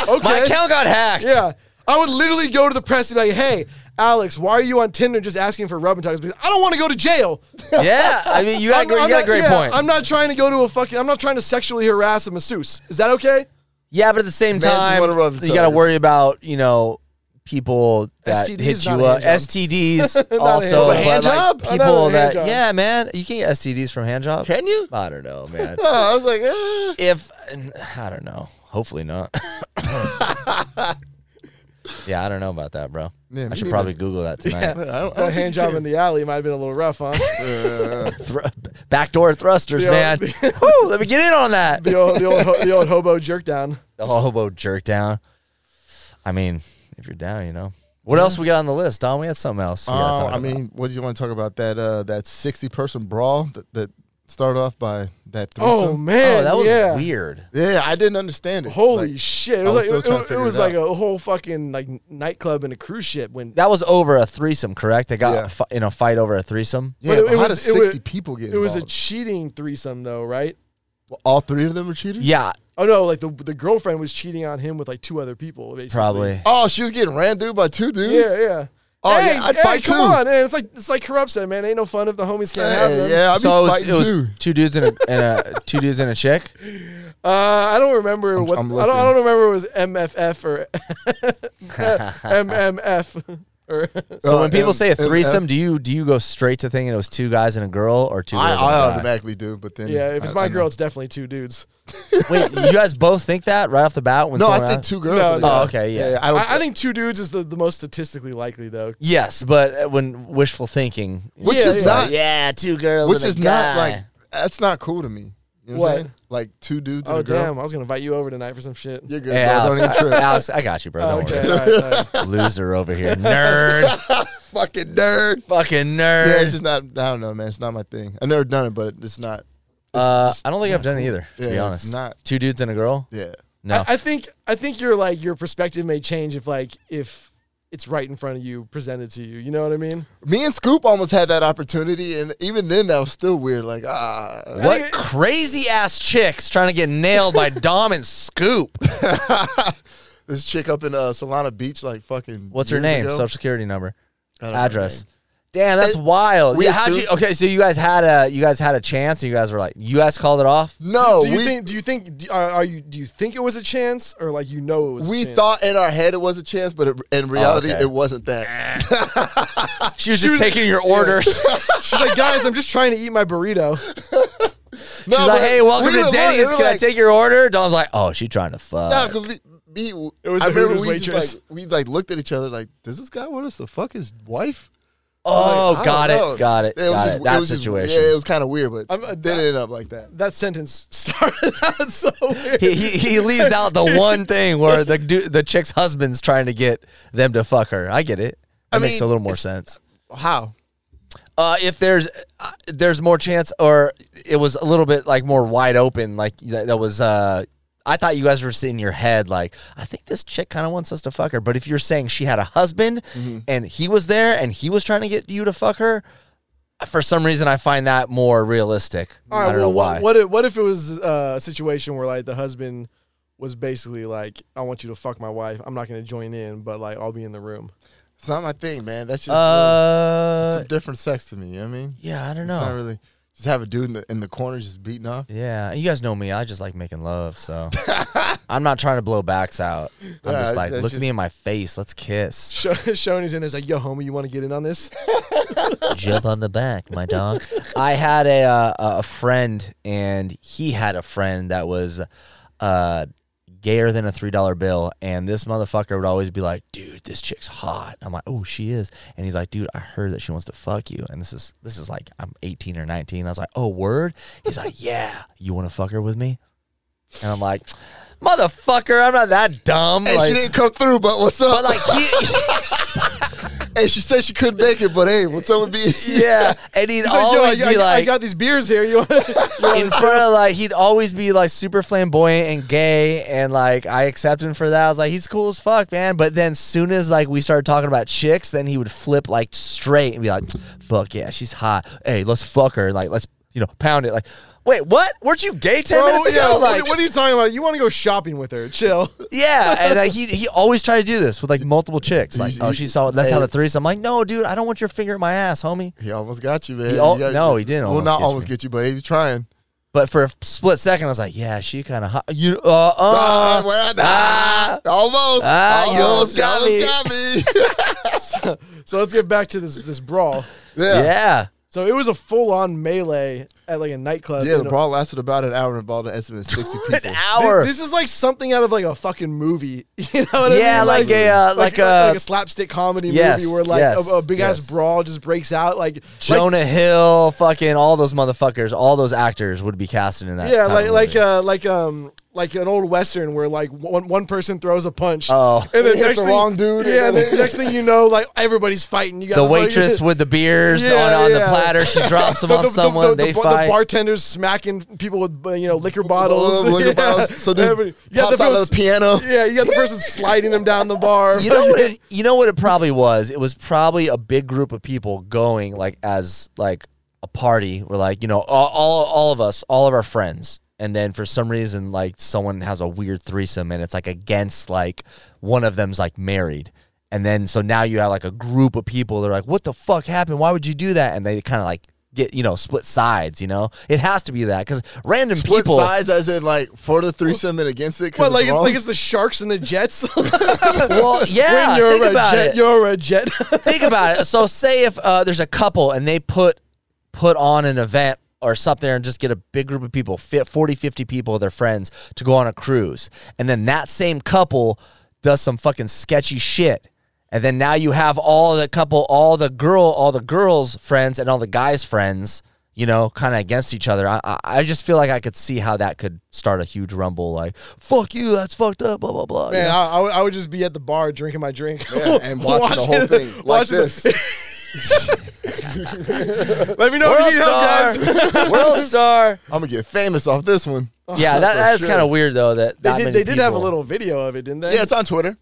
A: okay
C: my account got hacked.
A: Yeah. I would literally go to the press and be like, hey, Alex, why are you on Tinder just asking for rub and tugs? Because I don't want to go to jail.
C: yeah. I mean, you, got,
A: I'm-
C: you
A: I'm
C: got
A: not-
C: a great
A: yeah,
C: point.
A: I'm not trying to go to a fucking, I'm not trying to sexually harass a masseuse. Is that okay?
C: yeah, but at the same
B: just
C: time,
B: wanna rub and
C: you got to
B: tug.
C: worry about you know people that
A: STDs,
C: hit
A: not
C: you
A: a
C: up.
A: hand job.
C: STDs
A: a hand job.
C: also,
A: A hand
C: but
A: job? Oh, not
C: like
A: a
C: people
A: hand
C: that
A: job.
C: yeah, man, you can get STDs from hand job.
B: Can you?
C: I don't know, man.
B: Oh, I was like,
A: "Uh."
B: ah.
C: if I don't know, hopefully not. yeah, I don't know about that, bro.
B: Yeah,
C: I
B: me
C: should
B: neither.
C: probably Google that tonight.
B: I don't, I don't
A: A
B: think
A: hand
B: you
A: job
B: can.
A: in the alley might have been a little rough, huh?
B: Uh,
C: Thr- backdoor thrusters,
A: Yeah.
C: man. Woo, let me get in on that.
A: the, old, the, old, ho- the old hobo jerk down.
C: the whole hobo jerk down. I mean, if you're down, you know. What else we got on the list, Don? We had something else. we gotta
B: oh,
C: talk
B: I
C: about.
B: mean, what do you want to talk about? That uh, that sixty person brawl that, that started off by that threesome.
A: Oh, man.
C: oh, that was
A: yeah.
C: weird.
B: Yeah, I didn't understand it.
A: Holy
B: Like,
A: shit. It
B: I was
A: was,
B: still
A: like,
B: trying to
A: it, it
B: figure
A: was
B: it
A: like
B: out.
A: a whole fucking like nightclub and a cruise ship when.
C: That was over a threesome, correct? They got
B: Yeah.
C: fi- in a fight over a threesome.
B: Yeah,
A: But it-
B: but
A: it
B: how
A: was-
B: does
A: it was-
B: sixty people get
A: It was a
B: involved?
A: cheating threesome, though, right?
B: All three of them were cheaters.
C: Yeah,
A: Oh no, like the the girlfriend was cheating on him with like two other people, basically.
C: probably.
B: Oh, she was getting ran through by two dudes.
A: Yeah, yeah.
B: Oh,
A: hey,
B: yeah, I'd
A: hey,
B: fight
A: come
B: too.
A: on, man. It's like it's like corrupt said, man. Ain't no fun if the homies can't have
B: Hey,
A: them.
B: yeah, I'd
C: so
B: be
C: it was,
B: fighting
C: it was
B: too.
C: two dudes and a, and a two dudes and a chick.
A: Uh, I don't remember what
B: I'm
A: I don't I
B: looking.
A: don't remember if it was MFF or MMF or
C: So
B: Uh,
C: when people
B: M-
C: say a
B: M- F.
C: threesome, do you do you go straight to thinking it was two guys and a girl or two?
B: I,
C: girls
B: I
C: and a guy?
B: automatically do, but then
A: yeah. If it's
B: I-
A: my
B: I know.
A: girl, it's definitely two dudes.
C: Wait, you guys both think that right off the bat? When
B: No, I
C: someone
B: think
C: asks-
B: two girls.
A: No,
B: are the
A: no.
B: guy.
C: Oh, okay, yeah.
B: I don't.
A: I, I think two dudes is the, the most statistically likely though.
C: Yes, but uh, when wishful thinking,
B: Which
A: Yeah,
B: is
A: yeah.
B: not.
C: yeah, two girls,
B: Which
C: and a
B: is not
C: guy.
B: like that's not cool to me. You know
A: What?
B: what? I'm saying? Like two dudes and
A: Oh
B: a girl.
A: damn, I was gonna invite you over tonight for some shit.
B: You're good.
C: Hey,
B: bro.
C: Alex,
B: Don't even
C: I,
B: trip.
C: Alex, I got you, bro.
A: Oh,
C: Don't
A: okay,
C: worry.
A: all right, all right.
C: Loser over here, nerd,
B: Fucking nerd.
C: fucking
B: Yeah, it's
C: nerd.
B: just not. I don't know, man. It's not my thing. I've never done it, but it's not. It's,
C: uh,
B: it's-
C: I don't think I've done it either. To
B: Yeah,
C: be
B: it's
C: honest,
B: not-
C: two dudes and a girl.
B: yeah.
C: No,
A: I, I think I think your like your perspective may change if like if it's right in front of you, presented to you. You know what I mean?
B: Me and Scoop almost had that opportunity, and even then, that was still weird. Like, ah,
C: what
A: think it-
C: crazy ass chicks trying to get nailed by Dom and Scoop?
B: this chick up in uh, Solana Beach, like fucking.
C: What's her
B: years
C: name?
B: ago.
C: Social security number,
B: I don't know her
C: address.
B: name.
C: Damn, that's wild.
B: we
C: Yeah, how'd
B: assume-
C: you? Okay, so you guys had a you guys had a chance, and you guys were like, you guys called it off.
B: No,
A: do you
B: we
A: think? Do you think? Do, are, are you? Do you think it was a chance, or like you know it was?
B: we
A: a chance?
B: thought in our head it was a chance, but it, in reality,
C: Oh, okay.
B: it wasn't that.
C: She was just taking your orders.
A: She's like, guys, I'm just trying to eat my burrito.
B: No,
C: She's like,
B: but
C: hey, welcome
B: we were
C: to
B: like- we
C: Denny's.
B: were
C: Can I
B: like-
C: take your order? Dom's like, oh, she trying to fuck.
B: No, because we. Me,
A: It was
B: I
A: the
B: remember
A: Hooters
B: we just
A: waitress.
B: like we like looked at each other like, does this guy want us to fuck his wife?
C: oh,
B: Like, I
C: got,
B: don't know.
C: it, got it,
B: was
C: got
B: just-
C: it. That
B: was just-
C: situation.
B: yeah, it was kind of weird, but
A: I'm- uh,
B: it didn't end up like that.
A: That sentence started out so weird.
C: he, he, he leaves out the one thing where the du- the chick's husband's trying to get them to fuck her. I get it.
B: I
C: makes
B: mean,
C: a little more
B: it's-
C: sense.
B: How?
C: Uh, if there's uh, there's more chance, or it was a little bit like more wide open, like that, that was. Uh, I thought you guys were sitting in your head like, I think this chick kind of wants us to fuck her. But if you're saying she had a husband
B: Mm-hmm.
C: and he was there and he was trying to get you to fuck her, for some reason I find that more realistic.
A: All
C: I
A: right.
C: don't know
A: Well,
C: why.
A: what, what if what if it was uh, a situation where like the husband was basically like, "I want you to fuck my wife. I'm not going to join in, but like I'll be in the room."
B: It's not my thing, man. That's just uh,
C: uh,
B: some different sex to me. You know what I mean?
C: yeah, I don't
B: It's not
C: know.
B: really. Just have a dude in the in the corner just beating off.
C: Yeah, you guys know me. I just like making love, so I'm not trying to blow backs out. I'm
B: Yeah,
C: just like,
B: that's
C: look
B: just-
C: me in my face. Let's kiss.
A: Sho- Shoney's in there's like, "Yo, homie, you want to get in on this?"
C: jump on the back, my dog. I had a uh, a friend, and he had a friend that was uh, gayer than a three dollar bill, and this motherfucker would always be like, "Dude, this chick's hot." I'm like, "Oh, she is," and he's like, "Dude, I heard that she wants to fuck you," and this is this is like I'm 18 or 19. I was like, "Oh, word." He's like, "Yeah, you want to fuck her with me?" And I'm like, "Motherfucker, I'm not that dumb."
B: Hey,
C: like,
B: she didn't come through, but what's up?
C: but like he.
B: hey, she said she couldn't make it, but hey, what's up with me?
C: Yeah, and he'd
A: He's like, "Yo, I-
C: always
A: I,
C: be
A: I
C: like,
A: got these beers here. You want
C: in front of like he'd always be like super flamboyant and gay and like I accept him for that. I was like, he's cool as fuck, man. But then soon as like we started talking about chicks, then he would flip like straight and be like, fuck yeah, she's hot. Hey, let's fuck her. Like let's you know pound it. Like wait, what? Weren't you gay ten
A: Bro,
C: minutes ago?
A: yeah,
C: like
A: what, what are you talking about? You want to go shopping with her? Chill.
C: yeah, and like, he he always tried to do this with like multiple chicks. Like oh she saw that's how the threesome. I'm like no dude, I don't want your finger in my ass, homie.
B: He almost got you, man.
C: He al-
B: You got-
C: no, he didn't
B: Well,
C: almost
B: not
C: get
B: almost
C: me.
B: get you, but he was trying.
C: But for a split second, I was like, yeah, she kind of hot. You uh uh.
B: Ah, well, nah.
C: ah.
B: almost.
C: Ah, you almost
B: you
C: got me.
B: almost got me.
A: So let's get back to this this brawl.
B: yeah. yeah.
C: yeah.
A: So it was a full on melee at like a nightclub.
B: the
A: in a-
B: brawl lasted about an hour and involved an estimate of 60 people.
C: an
A: Thi-
C: hour.
A: This, is like something out of like a fucking movie. You know what I mean?
C: Yeah, like a, uh, like a-
A: like a slapstick comedy
C: Yes,
A: movie where like
C: yes,
A: a, big
C: yes.
A: ass brawl just breaks out. Like like-
C: Jonah Hill, fucking all those motherfuckers, all those actors would be casted in that.
A: yeah, like
C: type of
A: like
C: movie.
A: uh, like um like an old western where like one one person throws a punch.
C: Oh.
A: and
B: He hits the wrong dude, and
A: Yeah, and
B: then-
A: the next thing you know, like everybody's fighting. You got
C: the
A: fucking-
C: waitress with the beers
A: Yeah,
C: on, on the
A: yeah.
C: platter, she drops them
A: The-
C: on
A: the- the-
C: someone.
A: the,
C: they
A: the,
C: fight.
A: The bartenders smacking people with uh, you know liquor bottles.
B: Love liquor
A: Yeah.
B: bottles. So
A: Everybody-
B: dude
A: you got
B: pops
A: the
B: out
A: people
B: of the piano.
A: Yeah, you got the person sliding them down the bar.
C: you know what? It, you know what it probably was. It was probably a big group of people going like as like a party. We're like you know all, all all of us, all of our friends, and then for some reason like someone has a weird threesome, and it's like against like one of them's like married. And then, so now you have like a group of people. They're like, "What the fuck happened? Why would you do that?" And they kind of like get, you know, split sides. You know, it has to be that because random
B: Split
C: people.
B: size as in like for the threesome and against it. 'cause
A: What, like
B: it's
A: it's,
B: wrong?
A: like it's the sharks and the jets?
C: Well, yeah,
A: when you're
C: think
A: a
C: about
A: jet,
C: it.
A: You're a jet.
C: think about it. So say if uh, there's a couple and they put put on an event or something and just get a big group of people, fi- 40, 50 people, their friends to go on a cruise. And then that same couple does some fucking sketchy shit. And then now you have all the couple, all the girl, all the girls' friends and all the guys' friends, you know, kind of against each other. I, I, I just feel like I could see how that could start a huge rumble. Like, fuck you, that's fucked up, blah, blah, blah. you
A: Man,
C: know?
A: I, I, would, I would just be at the bar drinking my drink
B: Yeah, and watching the whole thing like
A: watching the- Let me know if
C: World
A: you need help, guys.
C: star, world star.
B: I'm gonna get famous off this one.
C: Yeah, that,
B: For
C: that's
B: sure.
C: kind of weird though. That
A: They
C: that
A: did,
C: many
A: they did have a
C: people-
A: little video of it, didn't they?
B: Yeah, it's on Twitter.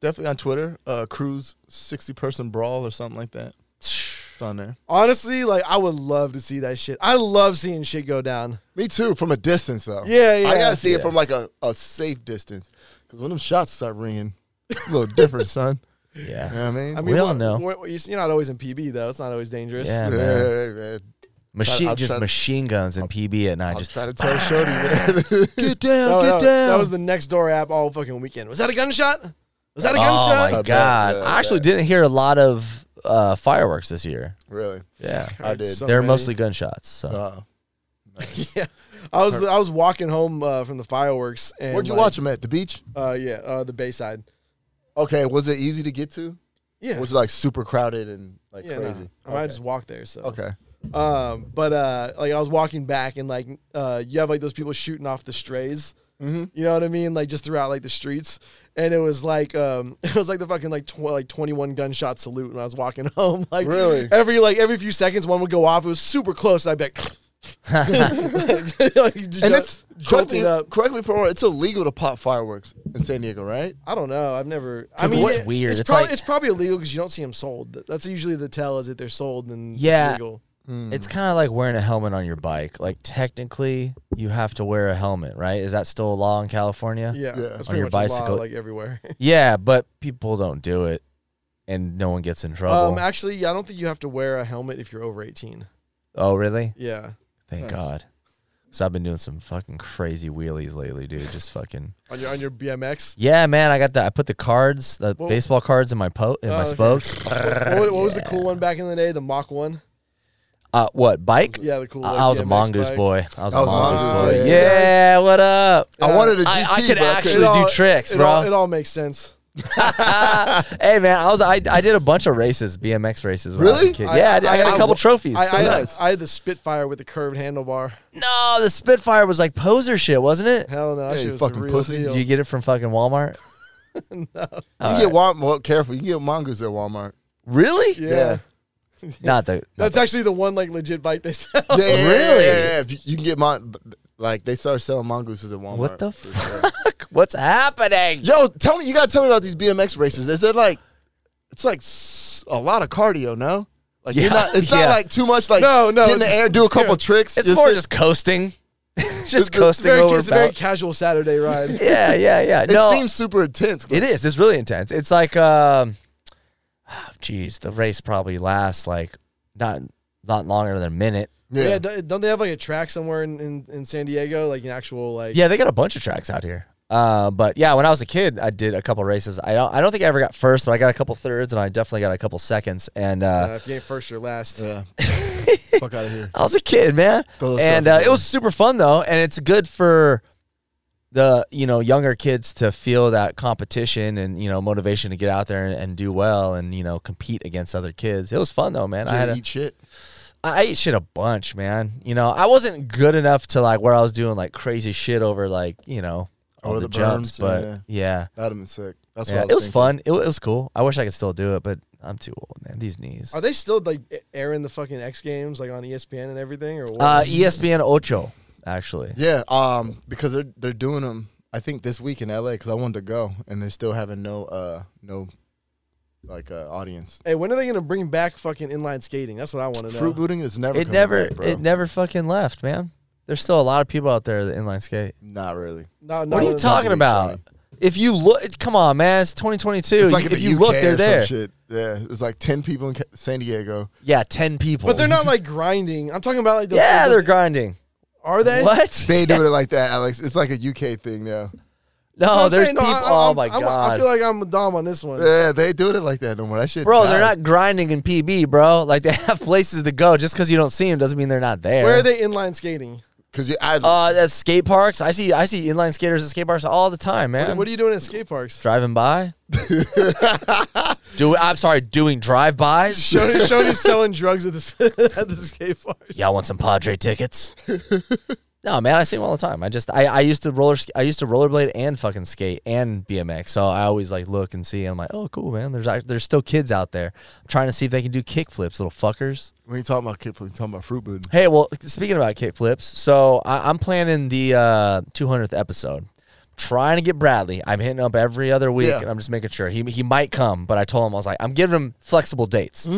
B: Definitely on Twitter. Uh, cruise sixty person brawl or something like that. It's on there.
A: Honestly, like I would love to see that shit. I love seeing shit go down.
B: Me too, from a distance though.
A: Yeah, yeah.
B: I gotta see
C: Yeah.
B: it from like a, a safe distance, because when them shots start ringing, it's a little different, son.
C: Yeah,
B: You know what I mean?
A: I mean,
C: We all
A: what-
C: know.
A: what- you- you're not always in PB though. It's not always dangerous.
C: yeah,
B: yeah,
C: man.
B: man.
C: Machine,
B: I'll
C: just
B: try-
C: machine guns and PB at night.
B: I was
C: Just
B: trying to tell Shorty, man.
C: get down,
A: Oh,
C: get
A: that,
C: down.
A: that was the next door app all fucking weekend. Was that a gunshot? Was that a
C: oh
A: gunshot?
C: my
B: I bet,
C: god!
B: yeah, I
C: I actually
B: bet.
C: didn't hear a lot of uh, fireworks this year.
B: really?
C: Yeah,
A: I heard
B: did.
A: so
C: they're
A: many.
C: mostly gunshots. So
B: Uh,
A: yeah. I was I was walking home uh, from the fireworks. And
B: where'd you
A: like,
B: watch them at? The beach?
A: Uh, yeah, uh, the Bayside.
B: Okay, was it easy to get to?
A: Yeah,
B: Was it like super crowded and like
A: yeah, no.
B: crazy? Oh,
A: I mean, I just walked there. So
B: okay.
A: Um, but uh, like I was walking back and like uh, you have like those people shooting off the strays.
C: Mm-hmm.
A: You know what I mean? Like just throughout like the streets, and it was like um, it was like the fucking like tw- like twenty one gunshot salute when I was walking home. Like
B: Really?
A: every like every few seconds one would go off. It was super close. I'd be like, like, ju-
B: And it's correct
A: jolting
B: me,
A: up.
B: correct me if I'm wrong. It's illegal to pop fireworks in San Diego, right?
A: I don't know. I've never. I mean,
C: what's
A: it-
C: weird,
A: It's,
C: it's
A: probably
C: like-
A: it's probably illegal because you don't see them sold. Th- That's usually the tell is that they're sold and
C: Yeah.
A: it's legal.
C: It's kind of like wearing a helmet on your bike. Like technically, you have to wear a helmet, right? Is that still a law in California?
A: Yeah,
B: Yeah.
A: that's
C: On
A: pretty
C: your
A: much a
C: bicycle.
A: law, like everywhere.
C: Yeah, but people don't do it, and no one gets in trouble.
A: Um, actually, yeah, I don't think you have to wear a helmet if you're over eighteen.
C: oh, really?
A: Yeah,
C: Thank
B: Nice.
C: God. Cause I've been doing some fucking crazy wheelies lately, dude. Just fucking.
A: on your on your BMX.
C: Yeah, man. I got the. I put the cards, the
A: Well-
C: baseball cards, in my po in
A: Oh,
C: my
A: okay.
C: spokes.
A: What, what was- what was the cool one back in the day? The Mach one.
C: Uh, what bike?
A: Yeah, the cool.
C: I-
A: like,
C: I was a
A: BMX
C: mongoose
A: bike.
C: boy. I was a
B: I was a
C: mongoose
A: mongoose
C: boy.
A: boy,
C: Yeah,
A: yeah.
C: what up?
A: Yeah.
B: I wanted a GT,
C: I- I could
B: but I
C: actually-
B: couldn't.
C: do tricks,
A: it
C: bro.
A: All, it all makes sense.
C: hey man, I was I, I did a bunch of races, BMX races. When I was a
B: Really?
C: kid.
A: I-
C: yeah, I, did- I got a
A: I-
C: couple
A: I-
C: trophies.
A: I, I,
C: Still
A: had,
C: nuts.
A: I had the Spitfire with the curved handlebar.
C: no, the Spitfire was like poser shit, wasn't it?
A: Hell no, that
B: Yeah,
A: shit
B: you
A: was the
B: fucking
A: real
B: pussy.
A: deal.
C: Did you get it from fucking Walmart?
B: You can get Walmart. Well, careful. You can get mongoose at Walmart.
C: Really?
A: yeah.
B: Yeah.
C: Not the. not
A: that's actually the one like legit bike they sell.
B: Yeah, yeah, yeah,
C: Really?
B: Yeah, yeah. If you- You can get mon- like they started selling mongooses at Walmart.
C: What the
B: for
C: fuck?
B: sure.
C: What's happening?
B: Yo, tell me. You gotta tell me about these BMX races. Is it like? It's like s- a lot of cardio, no? Like
C: Yeah,
B: you're not. It's
C: yeah.
B: not like too much. Like
A: No, no,
B: Get in the
A: it's-
B: air, do a couple
A: yeah.
B: tricks.
C: It's
B: you're
C: more
B: sit-
C: just coasting, just
A: It's,
C: coasting
A: very,
C: over.
A: it's a very
C: about-
A: casual Saturday ride.
C: yeah, yeah, yeah.
B: It
C: no,
B: seems super intense.
C: it is. It's really intense. It's like, um, ah, geez, the race probably lasts like not not longer than a minute.
A: yeah. d- don't they have like a track somewhere in, in, in San Diego, like an actual like?
C: Yeah, they got a bunch of tracks out here. Uh, but yeah, when I was a kid, I did a couple races. I don't, I don't think I ever got first, but I got a couple thirds, and I definitely got a couple seconds. And
A: Uh,
C: uh,
A: if you ain't first, you're last.
B: Yeah. Fuck out of here.
C: I was a kid, man,
B: Throw those
C: and uh,
B: trophies
C: it was super fun though, and it's good for the you know younger kids to feel that competition and you know motivation to get out there and, and do well and you know compete against other kids. It was fun though, man. I
B: Did
C: had
B: you
C: a,
B: eat shit.
C: I ate shit a bunch, man. You know, I wasn't good enough to like where I was doing like crazy shit over like you know all
B: Over
C: the,
B: the
C: jumps,
B: berms,
C: but
B: yeah.
C: yeah.
B: That'd have been sick. That's what
C: Yeah,
B: I was
C: it was
B: thinking.
C: fun. It, wa- it was cool. I wish I could still do it, but I'm too old, man. These knees.
A: Are they still like airing the fucking X Games like on E ESPN and everything? Or what?
C: Uh, ESPN Ocho, actually.
B: Yeah, um, because they're they're doing them. I think this week in LA because I wanted to go, and they're still having no uh no like uh, audience.
A: hey, when are they gonna bring back fucking inline skating? That's what I want to know.
B: Fruit booting is never.
C: It
B: coming
C: never,
B: back, bro.
C: it never fucking left, man. There's still a lot of people out there that inline skate.
B: Not really.
A: No, no,
C: What are you
A: no,
C: talking
B: really
C: about?
B: funny.
C: If you look, come on, man. It's 2022.
B: It's like
C: You-
B: in
C: if
B: the
C: you
B: UK
C: look,
B: or
C: they're
B: some
C: there.
B: Shit. Yeah, it's like ten people in Ca- San Diego.
C: Yeah, 10 people.
A: But they're not like grinding. I'm talking about like the,
C: yeah,
A: the-
C: they're grinding.
A: are they?
C: What?
B: They ain't doing it like that, Alex. It's like a UK thing now.
A: That's what
C: no,
A: I'm
C: there's
A: saying. No,
C: people.
A: I- I-
C: oh
A: I'm-
C: my
A: I'm-
C: god.
A: I feel like I'm a dom on this one.
B: Yeah, they ain't doing it like that no more. That shit.
C: Bro, they're
B: died.
C: not grinding in PB, bro. Like they have places to go. Just because you don't see them doesn't mean they're not there.
A: Where are they inline skating?
B: Cause you, I,
C: Uh, at skate parks. I see I see inline skaters at skate parks all the time, man.
A: What are you doing at skate parks?
C: driving by? Do I'm sorry, doing drive bys.
A: Shoney, Shoney's selling drugs at the at the skate parks.
C: Y'all want some Padre tickets? no, man, I see them all the time. I just I, I used to roller sk- I used to rollerblade and fucking skate and BMX. So I always like look and see. I'm like, oh cool, man. There's act- there's still kids out there. I'm trying to see if they can do kick flips, little fuckers.
B: when you talking about kid, you talking about fruit booting.
C: Hey, well, speaking about kickflips, so I, I'm planning the uh, 200th episode. Trying to get Bradley. I'm hitting up every other week,
B: Yeah.
C: and I'm just making sure he he might come. But I told him I was like, I'm giving him flexible dates.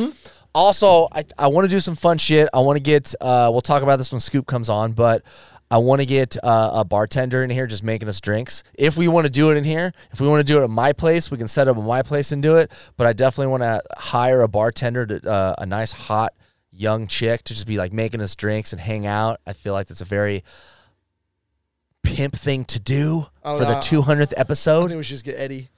C: Also, I, I want to do some fun shit. I want to get. Uh, we'll talk about this when Scoop comes on, but I want to get uh, a bartender in here just making us drinks. If we want to do it in here, if we want to do it at my place, we can set up at my place and do it. But I definitely want to hire a bartender to uh, a nice hot young chick to just be like making us drinks and hang out. I feel like that's a very pimp thing to do
A: Oh,
C: for the
A: no.
C: 200th
A: I
C: episode.
A: think we should just get Eddie.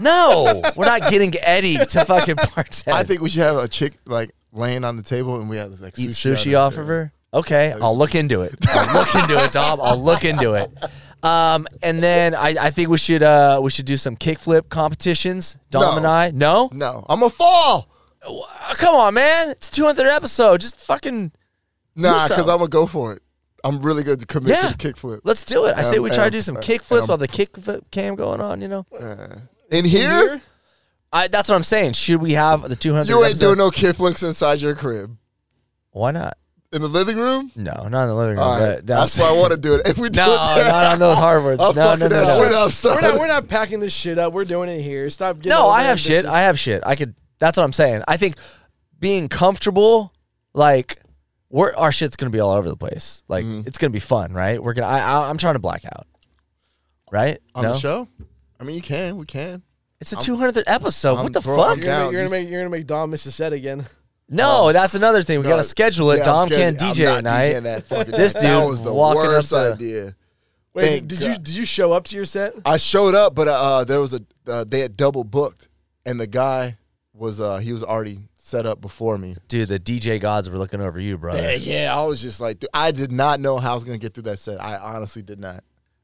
C: No, we're not getting Eddie to fucking bartend.
B: I think we should have a chick like laying on the table, and we have like
C: eat
B: sushi,
C: sushi
B: on
C: off
B: the
C: of
B: table.
C: her. Okay, I'll look into it. I'll look into it, Dom. I'll look into it. Um, and then I, I think we should uh, we should do some kickflip competitions. Dom
B: No.
C: and I. No, Oh,
B: No, I'm a fall.
C: Uh, come on, man. It's 200 episode. Just fucking.
B: Nah,
C: so.
B: because I'm gonna go for it. I'm really good to commit
C: Yeah.
B: to the kickflip.
C: Let's do it. I say
B: Um,
C: we try to
B: um,
C: do some
B: uh,
C: kick flips
B: um,
C: while the kick flip cam going on. You know,
B: Uh, in here,
C: I, that's what I'm saying. Should we have the 200?
B: you ain't doing no kickflips inside your crib.
C: Why not?
B: In the living room,
C: No, not in the living room.
B: All right.
C: but that's-
B: that's why I want to do it. If we do
C: No,
B: it there,
C: not on those hardwoods.
B: I'll
C: No,
B: fucking
C: no, no,
B: that shit
C: no.
B: up, son.
A: We're not, we're not packing this shit up. We're doing it here. Stop getting
C: No,
A: all
C: I have shit.
A: ambitious.
C: I have shit. I could. That's what I'm saying. I think being comfortable, like, we're, our shit's gonna be all over the place. Like,
B: Mm-hmm.
C: it's gonna be fun, right? We're gonna. I, I, I'm trying to black out. Right?
B: on
C: no,
B: the show. I mean, you can, we can.
C: it's a 200th episode.
B: I'm
C: what the
B: bro-
C: fuck?
B: I'm
A: You're gonna,
B: Now,
A: make, you're, gonna
B: these-
A: make, you're gonna make Dom miss a set again.
C: No, that's another thing. We
B: no,
C: gotta schedule it.
B: Yeah, I'm
C: Dom
B: scared.
C: can't
B: I'm
C: DJ
B: not
C: at night.
B: DJing That fucking-
C: This
B: that
C: dude
B: was the
C: walking up
B: worst
C: to-
B: idea.
A: Wait,
B: Thank
A: did you
B: God.
A: did you show up to your set?
B: I showed up, but uh, there was a uh, they had double booked, and the guy was uh, he was already set up before me.
C: Dude, the DJ gods were looking over you, brother.
B: Yeah, yeah, I was just like, dude, I did not know how I was gonna get through that set. I honestly did not.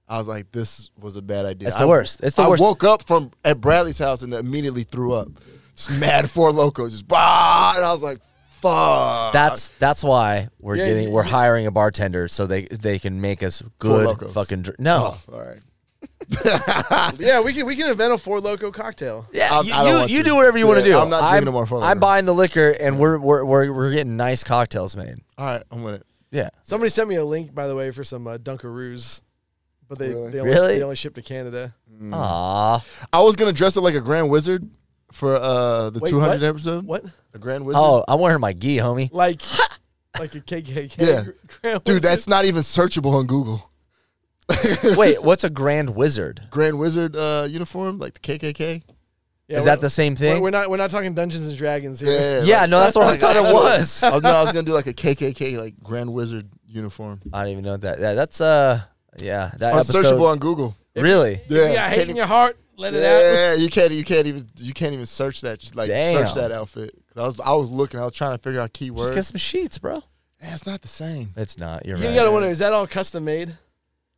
B: I was like, this was a bad idea.
C: It's the
B: I-
C: worst. It's the
B: I
C: worst.
B: woke up from at Bradley's house and immediately threw up. Just mad four locos, just bah, and I was like, fuck.
C: That's that's why we're
A: Yeah,
C: getting
A: you-
C: we're hiring a bartender so they they can make us good
B: Locos.
C: fucking dr- no.
B: Oh, all right.
A: yeah, we can we can invent a four loco cocktail.
C: Yeah,
B: I'm-
C: you,
B: I don't want
C: you, you
B: to.
C: do whatever you want to
B: Yeah,
C: do.
B: I'm not drinking no more Four
C: I'm
B: Loko.
C: buying the liquor and we're, we're we're we're getting nice cocktails made.
B: All right, I'm with it.
C: Yeah.
A: Somebody sent me a link by the way for some uh, Dunkaroos, but they
B: Really?
A: they, only,
C: Really?
A: they only ship to Canada.
B: Mm.
C: Aw.
B: I was gonna dress up like a grand wizard for uh the
A: Wait,
B: 200
A: what?
B: episode.
A: What?
B: A grand wizard.
C: Oh, I'm wearing my gi, homie.
A: Like like a KKK?
B: Yeah.
A: Grand
B: Dude,
A: Wizard?
B: that's not even searchable on Google.
C: Wait, what's a grand wizard?
B: Grand Wizard uh, uniform, like the KKK.
A: Yeah,
C: Is
A: we're-
C: that the same
A: We're,
C: thing?
A: we're not we're not talking Dungeons and Dragons here.
B: Yeah,
C: yeah,
B: like-
C: no, that's what I thought it was.
B: I was, no, I was gonna do like a KKK, like Grand Wizard uniform.
C: I don't even know what that. Yeah, that's uh yeah, that
B: Unsearchable
C: episode.
B: on Google.
C: Really?
A: Yeah,
B: Yeah,
A: you got hate
B: can't
A: in
B: even-
A: your heart. Let it out.
B: Yeah, you can't, you can't even, you can't even search that. Just like
C: Damn.
B: search that outfit. 'Cause I was, I was looking, I was trying to figure out
C: Just
B: keywords.
C: get some sheets, bro.
B: Yeah, it's not the same.
C: It's not. You're
A: You
C: right.
A: gotta wonder is that all custom made?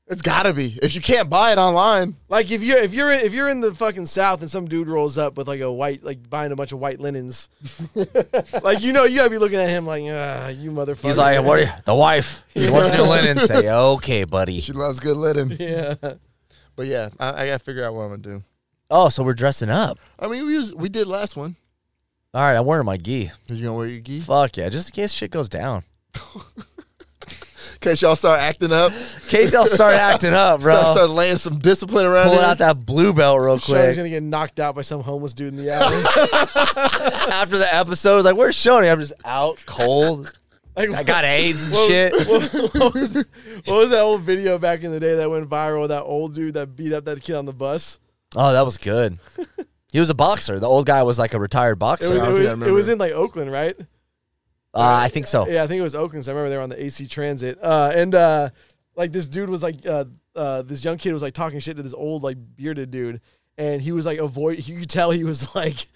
B: It's gotta be. If you can't buy it online,
A: Like if you're if you're if you're in the fucking south and some dude rolls up with like a white like buying a bunch of white linens, like you know you gotta be looking at him like ah you motherfucker.
C: He's like, what? Are you, the wife. She wants new linen. Say, okay, buddy.
B: she loves good linen.
A: Yeah.
B: But yeah, I, I gotta figure out what I'm gonna do.
C: Oh, so we're dressing up.
B: I mean, we was, we did last one.
C: All right, I'm wearing my gi.
B: Are you gonna wear your gi?
C: Fuck yeah, just in case shit goes down.
B: In case y'all start acting up,
C: In case y'all start acting up, bro.
B: start, start laying some discipline around.
C: Pulling
B: here.
C: out that blue belt real
A: Shoney's
C: quick.
A: gonna get knocked out by some homeless dude in the alley.
C: After the episode, it's like, where's Shoney? I'm just out cold.
A: like,
C: I got AIDS and
A: what-
C: shit.
A: What, what was, what was that old video back in the day that went viral? with That old dude that beat up that kid on the bus.
C: Oh, that was good. He was a boxer. The old guy was like a retired
A: It
C: boxer.
A: was,
B: I
A: it,
B: don't think I
A: was, it
B: remember. Oh.
A: was in like Oakland, right?
C: uh, I think so.
A: Yeah, I think it was Oakland. So I remember they were on the AC Transit, uh, and uh, like this dude was like, uh, uh, this young kid was like talking shit to this old like bearded dude, and he was like avoid. You could tell he was like,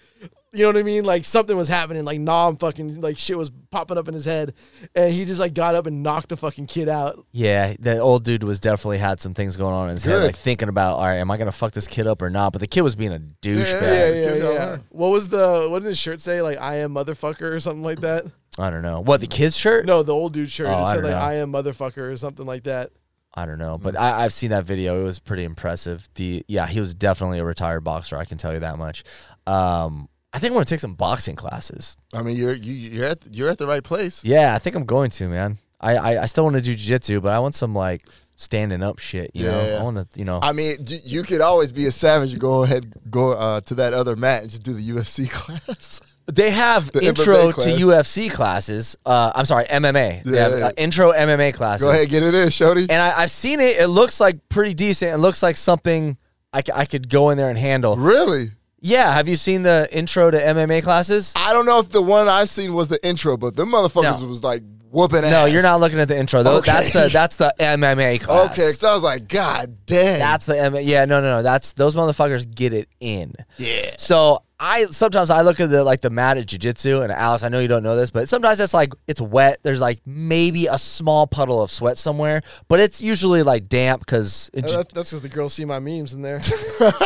A: you know what I mean? Like something was happening. Like nom fucking like shit was popping up in his head, and he just like got up and knocked the fucking kid out.
C: Yeah, the old dude was definitely had some things going on in his head,
B: Good.
C: like thinking about, all right, am I gonna fuck this kid up or not? But the kid was being a douchebag.
B: Yeah,
A: Yeah,
B: the
A: yeah,
B: kid got
A: yeah.
B: hurt.
A: What was the? What did his shirt say? Like I am motherfucker or something like that.
C: I don't know. What the kid's shirt?
A: No, the old dude shirt.
C: Oh,
A: it
C: I
A: said like
C: don't know.
A: I am motherfucker or something like that.
C: I don't know, but I, I've seen that video. It was pretty impressive. The yeah, he was definitely a retired boxer. I can tell you that much. Um, I think I'm gonna take some boxing classes.
B: I mean, you're you, you're at the, you're at the right place.
C: Yeah, I think I'm going to man. I I, I still want to do jujitsu, but I want some like standing up shit. You know,
B: Yeah.
C: I want to you know.
B: I mean, y- you could always be a savage. and Go ahead, go uh, to that other mat and just do the UFC class.
C: They have
B: The
C: intro
B: MMA
C: to
B: class.
C: UFC classes. Uh, I'm sorry, MMA. They
B: Yeah,
C: have
B: yeah.
C: uh, intro MMA classes.
B: go ahead, get it in, Shorty.
C: And I, I've seen it. It looks like pretty decent. It looks like something I, c- I could go in there and handle.
B: Really?
C: Yeah. Have you seen the intro to MMA classes?
B: I don't know if the one I've seen was the intro, but them motherfuckers
C: No.
B: was like whooping ass.
C: No, you're not looking at the intro. Though.
B: Okay.
C: That's the that's the MMA class.
B: Okay, because I was like, God damn.
C: That's the MMA. Yeah, no, no, no. That's those motherfuckers get it in.
B: yeah.
C: So I sometimes I look at the like the mat at jujitsu, and Alex, I know you don't know this, but sometimes it's like it's wet. There's like maybe a small puddle of sweat somewhere, but it's usually like damp because it
A: Uh,
C: ju-
A: that- That's because the girls see my memes in there.
C: Alex.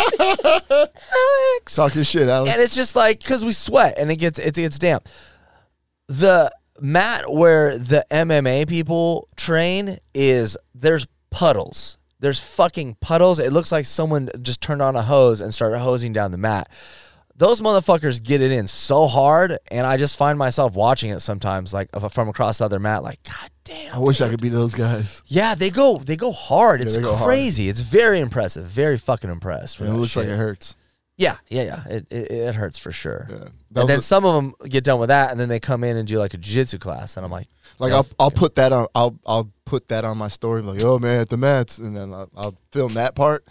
B: Talk your shit, Alex.
C: and it's just like because we sweat and it gets it gets damp. The Matt, where the MMA people train is there's puddles. There's fucking puddles. It looks like someone just turned on a hose and started hosing down the mat. Those motherfuckers get it in so hard, and I just find myself watching it sometimes, like if- from across the other mat, like God damn.
B: I wish I could be those guys.
C: Yeah, they go they go hard. It's
B: they go hard.
C: crazy. It's very impressive. Very fucking impressed. with
B: it
C: that
B: looks like
C: shit.
B: it hurts.
C: Yeah, yeah, yeah. It it, it hurts for sure.
B: Yeah. That
C: And
B: was
C: then
B: a-
C: some of them get done with that, and then they come in and do like a jiu-jitsu class, and I'm like,
B: Like I'll I'll put that on I'll I'll put that on my story. Like oh man, at the Mets, and then I'll, I'll film that part.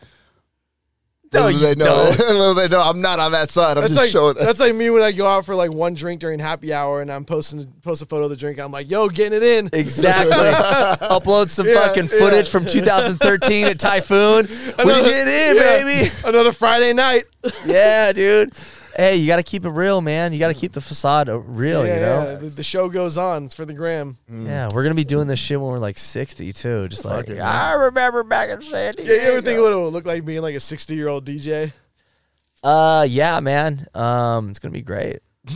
C: No,
B: Little do
C: you
B: they know,
C: don't.
B: little do they know I'm not on that side. I'm
A: That's
B: just
A: like
B: showing.
A: that's like me when I go out for like one drink during happy hour and I'm posting post a photo of the drink. I'm like, yo, getting it in.
C: Exactly. Upload some
A: Yeah,
C: fucking
A: yeah.
C: footage from 2013 at Typhoon. When you
A: Another-
C: get in,
A: yeah.
C: baby.
A: Another Friday night.
C: Yeah, dude. Hey, you got to keep it real, man. You got to keep the facade uh, real,
A: yeah, Mm. yeah,
C: you know? Mm.
A: The, the show goes on. It's for the gram.
C: Yeah. we're going to be doing this shit when we're like 60, too. Just like,
B: it, man.
C: I remember back in San Diego.
A: Yeah, you ever think what it would look like being like a 60 year old DJ?
C: Uh, yeah, man. Um, It's going to be great.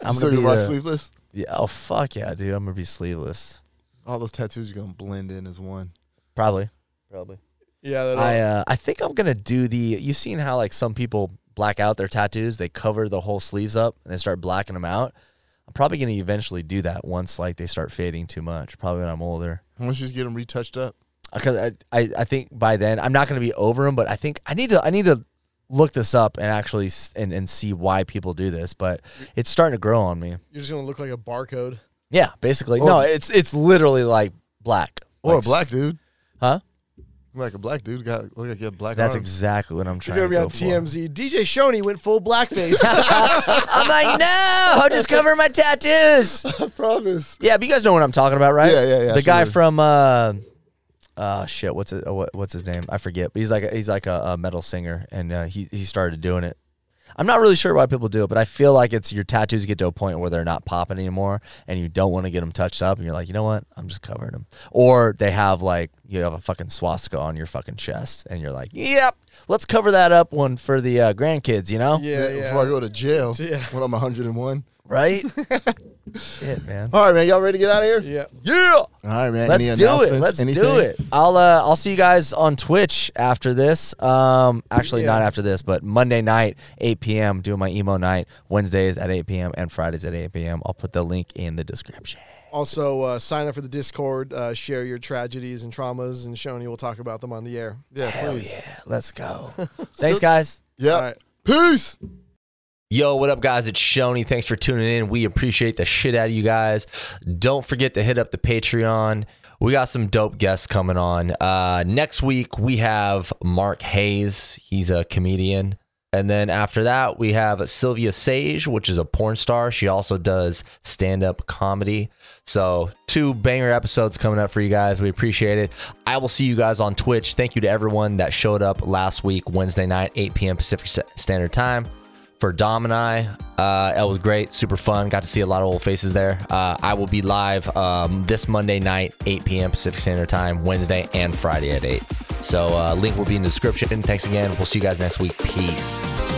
C: I'm
B: still
C: going to be
B: gonna watch
C: the-
B: Sleeveless.
C: Yeah, oh, fuck yeah, dude. I'm going to be sleeveless.
B: All those tattoos are gonna blend in as one.
C: Probably. Probably.
A: Yeah, that'll-
C: I uh, I think I'm gonna do the. You've seen how like some people black out their tattoos; they cover the whole sleeves up and they start blacking them out. I'm probably gonna eventually do that once like they start fading too much. Probably when I'm older,
B: I want you to get them retouched up.
C: because I, I I think by then I'm not gonna be over them. But I think I need to I need to look this up and actually s- and and see why people do this. But it's starting to grow on me.
A: you're just gonna look like a barcode.
C: Yeah, basically. no,
B: Or-
C: it's it's literally like black
B: Or
C: Like,
B: a black dude.
C: huh?
B: Like a black dude got look like you have black.
C: That's
B: arms.
C: exactly what I'm
A: You're
C: trying
A: gonna
C: to
A: be on
C: go for.
A: TMZ. DJ Shoney went full blackface.
C: I'm like, no, I'll just cover my tattoos.
B: I promise.
C: Yeah, but you guys know what I'm talking about, right?
B: Yeah, yeah, yeah,
C: The guy
B: absolutely.
C: from uh, uh, shit, what's it? uh, What, what's his name? I forget. But he's like a, he's like a, a metal singer, and uh, he he started doing it. I'm not really sure why people do it, but I feel like it's your tattoos get to a point where they're not popping anymore, and you don't want to get them touched up, and you're like, you know what? I'm just covering them. Or they have like you have a fucking swastika on your fucking chest, and you're like, yep, let's cover that up one for the uh, grandkids, you know?
A: yeah, yeah.
B: Before I go to jail
A: Yeah.
B: when I'm 101.
C: Right? Shit, man.
B: All right, man. Y'all ready to get out of here?
A: yeah.
C: Yeah.
B: All right, man.
C: Let's
B: Any
C: do it.
B: announcements?
C: Let's do
B: Anything?
C: it. I'll uh, I'll see you guys on Twitch after this. Um, actually,
A: Yeah.
C: not after this, but Monday night, 8 p.m. Doing my emo night. Wednesdays at 8 p.m. and Fridays at 8 p.m. I'll put the link in the description.
A: Also, uh, sign up for the Discord. Uh, share your tragedies and traumas, and Shoney will talk about them on the air.
B: Yeah,
C: Hell
B: please.
C: yeah, let's go. Thanks, guys.
B: Yeah.
A: All right.
B: Peace.
C: Yo, what up, guys? It's Shoney. Thanks for tuning in. We appreciate the shit out of you guys. Don't forget to hit up the Patreon. We got some dope guests coming on. Uh, next week, we have Mark Hayes. He's a comedian. And then after that, we have Sylvia Sage, which is a porn star. She also does stand up comedy. So, two banger episodes coming up for you guys. We appreciate it. I will see you guys on Twitch. Thank you to everyone that showed up last week, Wednesday night, 8 p.m. Pacific Sta- Standard Time for Dom and I. Uh, that was great, super fun. Got to see a lot of old faces there. Uh, I will be live um, this Monday night, 8 p.m. Pacific Standard Time, Wednesday and Friday at 8. So, uh, link will be in the description. Thanks again. We'll see you guys next week. Peace.